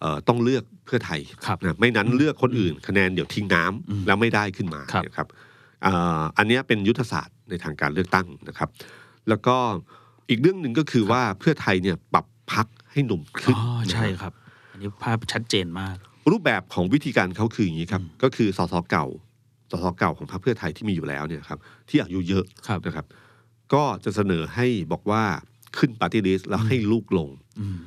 เอ่อต้องเลือกเพื่อไทย
ครับ
นะไม่นั้นเลือกคนอื่น คะแนนเดี๋ยวทิ้งน้ำ
อืม
แล้วไม่ได้ขึ้นมา
ครับ
เนี่ยครับเอ่ออันเนี้ยเป็นยุทธศาสตร์ในทางการเลือกตั้งนะครับ แล้วก็อีกเรื่องหนึ่งก็คือว่าเพื่อไทยเนี่ยปรับพักให้หนุ่มขึ้น
อ๋อใช่
นะ
ครับ อันนี้ภาพชัดเจนมาก
รูปแบบของวิธีการเขาคืออย่างนี้ครับ ก็คือสสเก่าสสเก่าของพรรคเพื่อไทยที่มีอยู่แล้วเนี่ยครับที่อายุเยอะ
ครับ
นะครับ ก็จะเสนอให้บอกว่าขึ้นปาร์ตี้ลิสแล้วให้ลูกลง
อืม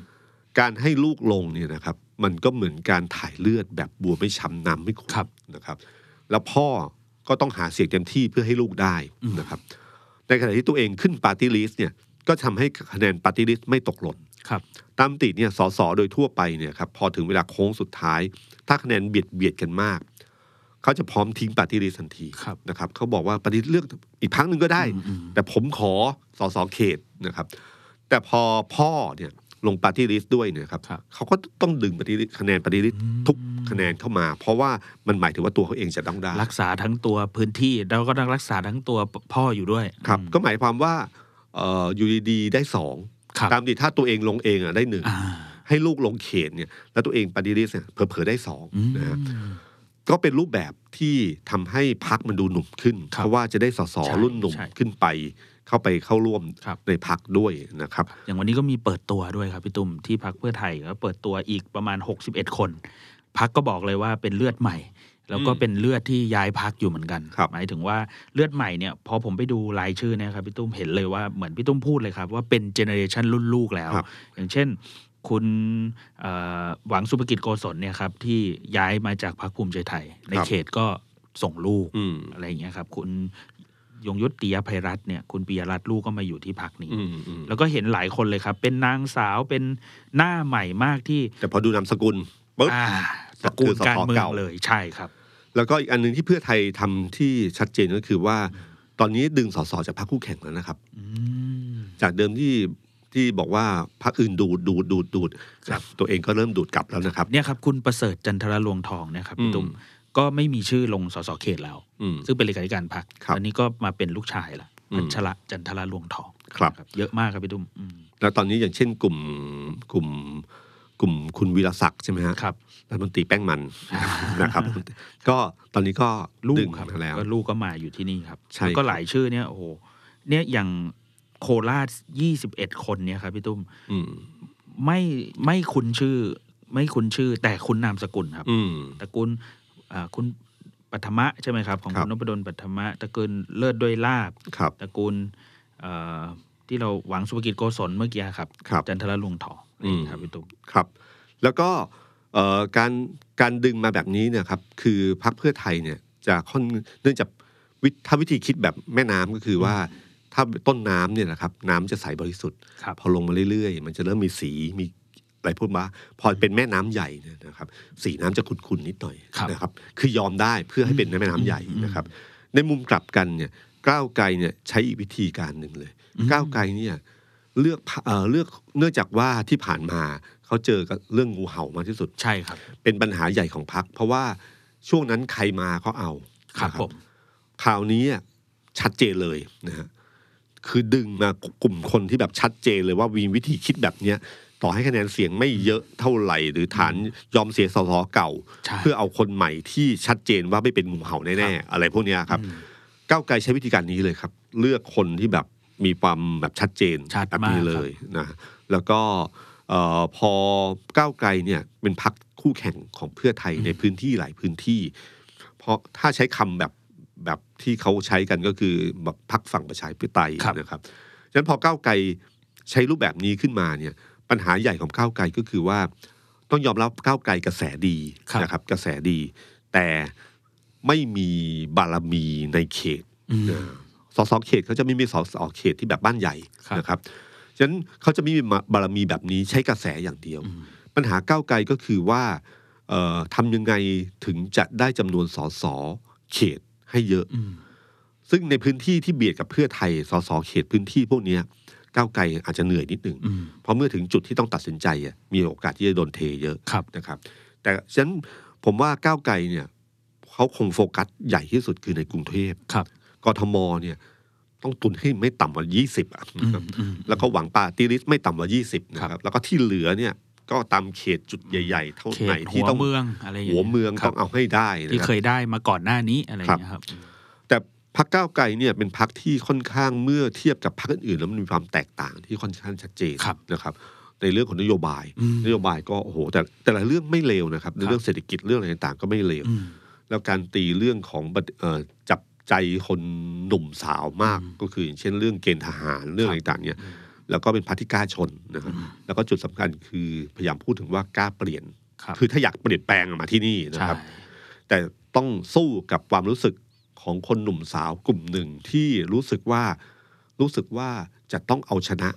การให้ลูกลงเนี่ยนะครับ มันก็เหมือนการถ่ายเลือดแบบบัวไม่ช้ำน้ำไม่ขุ่น
ครับ
นะครับ แล้วพ่อก็ต้องหาเสียงเต็มที่เพื่อให้ลูกได้นะครับ ในขณะที่ตัวเองขึ้นปาร์ตี้ลิสต์เนี่ยก็ทำให้คะแนนปาร์ตี้ลิสต์ไม่ตกหล่น
ครับ
ตามปกติเนี่ยสสโดยทั่วไปเนี่ยครับพอถึงเวลาโค้งสุดท้าย ถ้าคะแนนเบียดเบียดกันมาก เขาจะพร้อมทิ้งปาร์ตี้ลิสทันที
ครับ
นะครับเขาบอกว่าปฏิเลือกอีกพักหนึ่งก็ได้ แต่ผมขอสอสอเขตนะครับ แต่พอพ่อเนี่ยลงปาร์ตี้ลิสด้วยเนี่ยครับ
ครับ
เขาก็ต้องดึงปฏิริษคะแนนปฏิริษทุกคะแนนเข้ามา เพราะว่ามันหมายถึงว่าตัวเขาเองจะต้องได้
รักษาทั้งตัวพื้นที่แล้วก็ต้องรักษาทั้งตัวพ่ออยู่ด้วย
ครับก็หมายความว่าเอ่ออยู่ดีๆได้สอง
ครับ
ตามดีถ้าตัวเองลงเองอ่ะได้หนึ่ง
อ่า
ให้ลูกลงเขตเนี่ยแล้วตัวเองปฏิริษเนี่ยเผลอๆได้สอง
อืม
นะฮะ ก็เป็นรูปแบบที่ทำให้พักมันดูหนุ่มขึ้น
ครับ
เพราะว่าจะได้สส
ใช่
รุ่นหนุ่ม
ใช่
ขึ้นไป เข้าไปเข้าร่วม
ครับ
ในพักด้วยนะครับ
อย่างวันนี้ก็มีเปิดตัวด้วยครับพี่ตุ้มที่พักเพื่อไทยก็เปิดตัวอีกประมาณ 61 คนพักก็บอกเลยว่าเป็นเลือดใหม่ แล้วก็
อืม
เป็นเลือดที่ย้ายพักอยู่เหมือนกัน
ครับ
หมายถึงว่าเลือดใหม่เนี่ยพอผมไปดูรายชื่อเนะครับพี่ตุ้มเห็นเลยว่าเหมือนพี่ตุ้มพูดเลยครับ ว่าเป็นเจเนอเรชันรุ่นลูกแล้ว
ครับ
อย่างเช่น คุณเอ่อหวังสุภกิจโกศลเนี่ยครับที่ย้ายมาจากพรรคภูมิใจไทย ในเขตก็ส่งลูก
อืม
อะไรอย่างเงี้ยครับ คุณยงยุติยภัยรัตน์เนี่ยคุณปิยรัตน์ลูกก็มาอยู่ที่พักนี้
อืมอืม
แล้วก็เห็นหลายคนเลยครับ เป็นนางสาวเป็นหน้าใหม่มากที่
แต่พอดูนามสกุลปึ๊บ
อ่าตระกูลการเมือ
คือสส
ง
เก่า
เลยใช่ครับ
แล้วก็อีกอันหนึงที่เพื่อไทยทำที่ชัดเจนก็คือว่า ตอนนี้ดึงสสจากพรรคคู่แข่งแล้วนะครับ
อืม
จากเดิมที่ที่บอกว่าพรรคอื่นดูดดูดดูดดูด
ครับ
ตัวเองก็เริ่มดูดกลับแล้วนะครับ
เนี่ยครับ คุณประเสริฐจันทรลวงทองเนะครับพี่ตุ้ม
อืม
ก็ไม่มีชื่อลงสสเขตแล้ว
อืม
ซึ่งเป็นเลขาธิการพรรค
ครับ
ตอนนี้ก็มาเป็นลูกชายละ
อืม
พัชระจันทรลวงทอง
ครับ
ครับ เยอะมากครับพี่ตุ้มอืม
แล้วตอนนี้อย่างเช่นกลุ่มกลุ่มกลุ่มคุณวีรศักดิ์ใช่ไหมฮะ
ครับ
รัฐมนตรีแป้งมัน นะครับ ก็ตอนนี้ก็
ลู
ดึ
ก
ง
ครับ
มาแล้ว
ก็ลูกก็มาอยู่ที่นี่ครับ
ใช่
แล้วก็
ครับ
หลายชื่อเนี่ยโอ้โหเนี่ยอย่างโคราชยี่สิบเอ็ดคนเนี่ยครับพี่ตุ้ม
อืม
ไม่ไม่คุ้นชื่อ ไม่คุ้นชื่อ แต่คุ้นนามสกุลครับ
อืม
ตระกูลอ่าคุณปัทมะใช่ไหมครับ ของ
ครั
คุ
บ
ณนพดลปัทมะตระกูลเลิศด้วยลาบ
ครับ
ตระกูลเอ่อที่เราหวังสุภกิจโกศลเมื่อกี้ครับ
ครับ
จันทรลวงทอง
อืม
ครับพี่ตุ้ม
ครับ แล้วก็เอ่อการการดึงมาแบบนี้เนี่ยครับ คือพักเพื่อไทยเนี่ยจะค่อนเนื่องจากวิถ้าวิธีคิดแบบแม่น้ำก็คือว่าถ้าต้นน้ำเนี่ยนะครับ น้ำจะใสบริสุทธิ์
ครับ
พอลงมาเรื่อยๆ มันจะเริ่มมีสีมีอะไรพวกมาพอเป็นแม่น้ำใหญ่เนี่ยนะครับ สีน้ำจะขุ่นๆนิดหน่อย
ครับ
นะครับ คือยอมได้เพื่อให้เป็นแม่น้ำใหญ่
อืม
นะครับ ในมุมกลับกันเนี่ยก้าวไกลเนี่ยใช้อีกวิธีการหนึ่งเลย
อืม
ก้าวไกลเนี่ยเลือกพรรคเอ่อเลือกเนื่องจากว่าที่ผ่านมาเขาเจอกับเรื่องงูเห่ามากที่สุด
ใช่ครับ
เป็นปัญหาใหญ่ของพรรคเพราะว่าช่วงนั้นใครมาเขาเอา
ครับ
นะ
ผม
คราวนี้อ่ะชัดเจนเลยนะฮะคือดึงมากลุ่มคนที่แบบชัดเจนเลยว่ามีวิธีคิดแบบเนี้ยต่อให้คะแนนเสียงไม่เยอะเท่าไหร่ หรือฐานยอมเสียสสเก่า
ใช่
เพื่อเอาคนใหม่ที่ชัดเจนว่าไม่เป็นงูเห่าแน่ๆอะไรพวกเนี้ยครับ
อืม
ก้าวไกลใช้วิธีการนี้เลยครับ เลือกคนที่แบบมีความแบบชัดเจน
ชัด
แบบ
มาก
นี้เลยนะแล้วก็เอ่อพอก้าวไกลเนี่ยเป็นพักคู่แข่งของเพื่อไทยในพื้นที่หลายพื้นที่ เพราะถ้าใช้คำแบบแบบที่เขาใช้กันก็คือแบบพักฝั่งประชาธิปไตย
ครับ
นะครับฉะนั้นพอก้าวไกลใช้รูปแบบนี้ขึ้นมาเนี่ยปัญหาใหญ่ของก้าวไกลก็คือว่า ต้องยอมรับก้าวไกลกระแสดี
ครับ
นะครับ กระแสดี แต่ไม่มีบารมีในเขต
อืม
เออสสเขตเขาจะไม่มีสสเขตที่แบบบ้านใหญ่
ครับ
นะครับฉะนั้นเขาจะไม่มีบารมีแบบนี้ใช้กระแสอย่างเดียว ปัญหาก้าวไกลก็คือว่าเอ่อทำยังไงถึงจะได้จำนวนสสเขตให้เยอะ
อืม
ซึ่งในพื้นที่ที่เบียดกับเพื่อไทยสสเขตพื้นที่พวกเนี้ยก้าวไกลอาจจะเหนื่อยนิดหนึ่ง
อืม
เพราะเมื่อถึงจุดที่ต้องตัดสินใจอะมีโอกาสที่จะโดนเทเยอะ
ครับ
นะครับแต่ฉะนั้นผมว่าก้าวไกลเนี่ยเขาคงโฟกัสใหญ่ที่สุดคือในกรุงเทพ
ครับ
กทมเนี่ยต้องตุนให้ไม่ต่ำกว่า 20อะ
อืมอืม
แล้วก็หวังปาร์ตี้ลิสต์ไม่ต่ำกว่า 20นะครับแล้วก็ที่เหลือเนี่ยก็ตามเขตจุดใหญ่ ๆ เท่า
เข
ไหน
ต
ที่
หัว
ต้อง
เมืองอะไรอย่าง
หัว
เงี้ย
เมือง
ครั
ต้
บ
องเอาให้ได้
ที่
นะค
เครับ ยได้มาก่อนหน้านี้อะไรอย่างเงี้ยครับ
แต่พรรคก้าวไกลเนี่ยเป็นพรรคที่ค่อนข้างเมื่อเทียบกับพรรคอื่นๆแล้วมันมีความแตกต่างที่ค่อนข้างชัดเจน
ครับ
นะครับในเรื่องของนโยบาย
อืม
นโยบายก็โอ้โหแต่แต่ละเรื่องไม่เลวนะครับในเรื่องเศรษฐกิจเรื่องอะไรต่างๆก็ไม่เลว
อืม
แล้วการตีเรื่องของบัดเอ่อจับใจคนหนุ่มสาวมากก็คืออย่างเช่นเรื่องเกณฑ์ทหารเรื่องอะไรต่างๆเนี่ยแล้วก็เป็นพรรคที่กล้าชนนะครับแล้วก็จุดสำคัญคือพยายามพูดถึงว่ากล้าเปลี่ยน
ครับ
อถ้าอยากเปลี่ยนแปลงอะมาที่นี่นะ
ใช่
ครับ แต่ต้องสู้กับความรู้สึกของคนหนุ่มสาวกลุ่มหนึ่งที่รู้สึกว่ารู้สึกว่าจะต้องเอาชนะ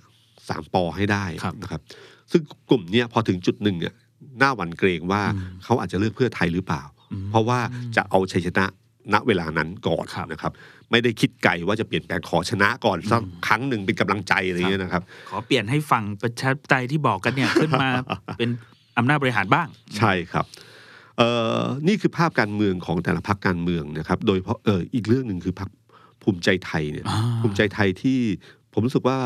สามปอให้ได้นะครับ ซึ่งกลุ่มเนี้ยพอถึงจุดหนึ่งเนี่ยหน้าหวั่นเกรงว่าเขาอาจจะเลือกเพื่อไทยหรือเปล่า เพราะว่าจะเอาชัยชนะณเวลานั้นก่อน
ครับ
นะครับ ไม่ได้คิดไกลว่าจะเปลี่ยนแปลงขอชนะก่อนสักครั้งหนึ่งเป็นกำลังใจอะไรอย่างเงี้ยนะครับ
ขอเปลี่ยนให้ฝั่งประชาธิปไตยที่บอกกันเนี่ยขึ้นมา เป็น [LAUGHS] อำนาจบริหารบ้าง
ใช่ครับเอ่อนี่คือภาพการเมืองของแต่ละพรรคการเมืองนะครับ โดยเฉพราะเอออีกเรื่องหนึ่งคือพรรคภูมิใจไทยเนี่ย
อ่า
ภูมิใจไทยที่ผมรู้สึกว่า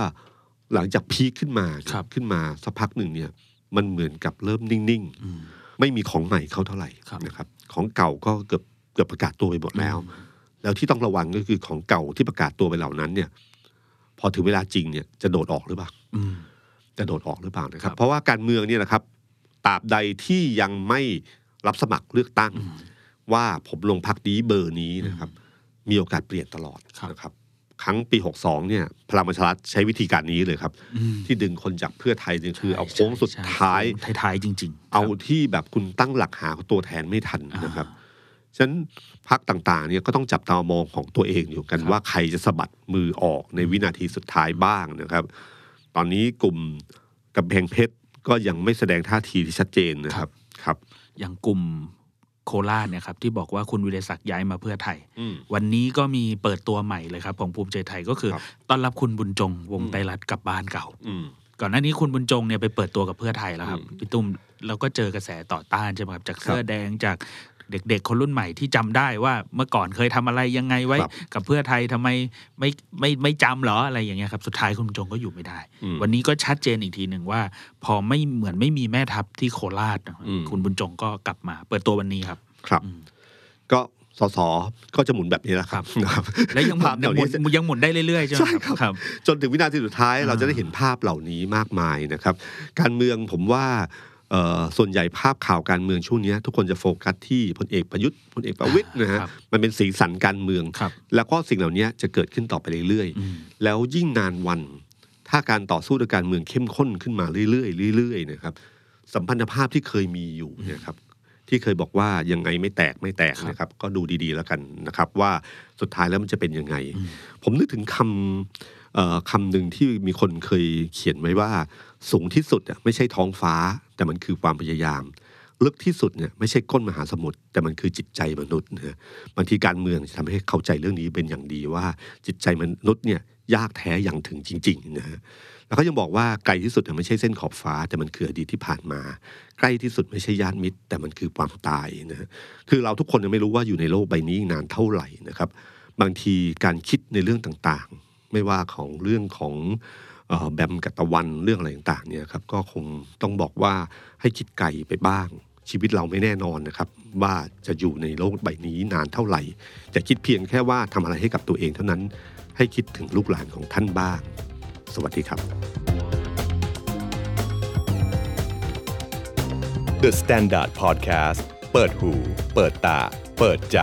หลังจากพีคขึ้นมา
ครับ
ขึ้นมาสักพักหนึ่งเนี่ยมันเหมือนกับเริ่มนิ่ง
อืม
ๆ ไม่มีของใหม่เข้าเท่าไหร่
ครับ
นะครับ ของเก่าก็เกือบเกือบประกาศตัวไปหมดแล้ว แล้วที่ต้องระวังก็คือของเก่าที่ประกาศตัวไปเหล่านั้นเนี่ย พอถึงเวลาจริงเนี่ยจะโดดออกหรือเปล่า
อืม
จะโดดออกหรือเปล่านะครั
ครับ บ
เพราะว่าการเมืองเนี่ยนะครับตราบใดที่ยังไม่รับสมัครเลือกตั้ง ว่าผมลงพักนี้เบอร์นี้นะครับ มีโอกาสเปลี่ยนตลอดนะครับ ครั้งปี 62 เนี่ย พลังประชารัฐใช้วิธีการนี้เลยครับ
อืม
ที่ดึงคนจากเพื่อไทยเนี่ยคือเอาโค้งสุดท้าย
ใช่ท้ายๆจริงๆ
เอา
ครับ
ที่แบบคุณตั้งหลักหาตัวแทนไม่ทันนะครับ ฉะนั้นพักต่างๆเนี่ยก็ต้องจับตามองของตัวเองอยู่กัน
ครับ
ว่าใครจะสะบัดมือออกในวินาทีสุดท้ายบ้างนะครับ ตอนนี้กลุ่มกับแพงเพชรก็ยังไม่แสดงท่าทีที่ชัดเจนนะค
ค
รั
รั
บ บครับ
อย่างกลุ่มโคราชเนี่ยครับที่บอกว่าคุณวิรศักดิ์ย้ายมาเพื่อไทย
อืม
วันนี้ก็มีเปิดตัวใหม่เลยครับของภูมิใจไทยก็คือ
ครับ
ต้อนรับคุณบุญจง วงไตรรัตน์กลับบ้านเก่า
อืม
ก่อนหน้านี้คุณบุญจงเนี่ยไปเปิดตัวกับเพื่อไทยแล้วครับ
อืม
พี่ตุ้มแล้วก็เจอกระแสต่อต้านใช่ไหมครับจาก
ครับ
เสื้อแดงจากเด็กๆ คนรุ่นใหม่ที่จำได้ว่าเมื่อก่อนเคยทำอะไรยังไงไว้
ครับ
กับเพื่อไทยทำไมไม่ไม่ไม่จำเหรออะไรอย่างเงี้ยครับสุดท้ายคุณบุญจงก็อยู่ไม่ได้
อืม
วันนี้ก็ชัดเจนอีกทีหนึ่งว่า พอไม่เหมือนไม่มีแม่ทัพที่โคราชนะครับ
อืม
คุณบุญจงก็กลับมา เปิดตัววันนี้ครับ
ครับ
อืม
ก็สสก็จะหมุนแบบนี้แหละครับนะครับ
และยังหมุ
ภาพ
น
เหล่า
หมุ
นี้
นยังหมุนได้เรื่อยๆใช่ไหม
ใช่ครับ
ครับ
จนถึงวินาทีสุดท้าย
อ่า
เราจะได้เห็นภาพเหล่านี้มากมายนะครับ การเมืองผมว่าเอ่อส่วนใหญ่ภาพข่าวการเมืองช่วงเนี้ยทุกคนจะโฟกัสที่พลเอกประยุทธ์พลเอกประวิตยนะฮะ
ครับ
มันเป็นสีสันการเมือง
ครับ
แล้วก็สิ่งเหล่านี้จะเกิดขึ้นต่อไปเรื่อย
อืม
ๆ แล้วยิ่งนานวัน ถ้าการต่อสู้ทางการเมืองเข้มข้นขึ้นมาเรื่อยๆเรื่อยๆนะครับ สัมพันธภาพที่เคยมีอยู่เนะครับ ที่เคยบอกว่ายังไงไม่แตกไม่แตก
ครับ
นะครับ ก็ดูดีๆแล้วกันนะครับ ว่าสุดท้ายแล้วมันจะเป็นยังไง
อืม
ผมนึกถึงคำเอ่อคำหนึ่งที่มีคนเคยเขียนไว้ว่า สูงที่สุดอะไม่ใช่ท้องฟ้า แต่มันคือความพยายาม ลึกที่สุดเนี่ยไม่ใช่ก้นมหาสมุทรแต่มันคือจิตใจมนุษย์นะฮะบางทีการเมืองจะทำให้เข้าใจเรื่องนี้เป็นอย่างดีว่าจิตใจมนุษย์เนี่ยยากแท้อย่างถึงจริงๆนะฮะแล้วก็ยังบอกว่าไกลที่สุดเนี่ยไม่ใช่เส้นขอบฟ้า แต่มันคืออดีตที่ผ่านมา ใกล้ที่สุดไม่ใช่ญาติมิตร แต่มันคือความตายนะฮะคือเราทุกคนยังไม่รู้ว่าอยู่ในโลกใบนี้อีกนานเท่าไหร่นะครับ บางทีการคิดในเรื่องต่างๆ ไม่ว่าของเรื่องของเอ่อแบมกับตะวันเรื่องอะไรต่างๆเนี่ยครับก็คงต้องบอกว่าให้คิดไกลไปบ้าง ชีวิตเราไม่แน่นอนนะครับ ว่าจะอยู่ในโลกใบนี้นานเท่าไหร่ แต่คิดเพียงแค่ว่าทำอะไรให้กับตัวเองเท่านั้น ให้คิดถึงลูกหลานของท่านบ้าง สวัสดีครับ
The Standard Podcast เปิดหูเปิดตา เปิดใจ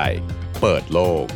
เปิดโลก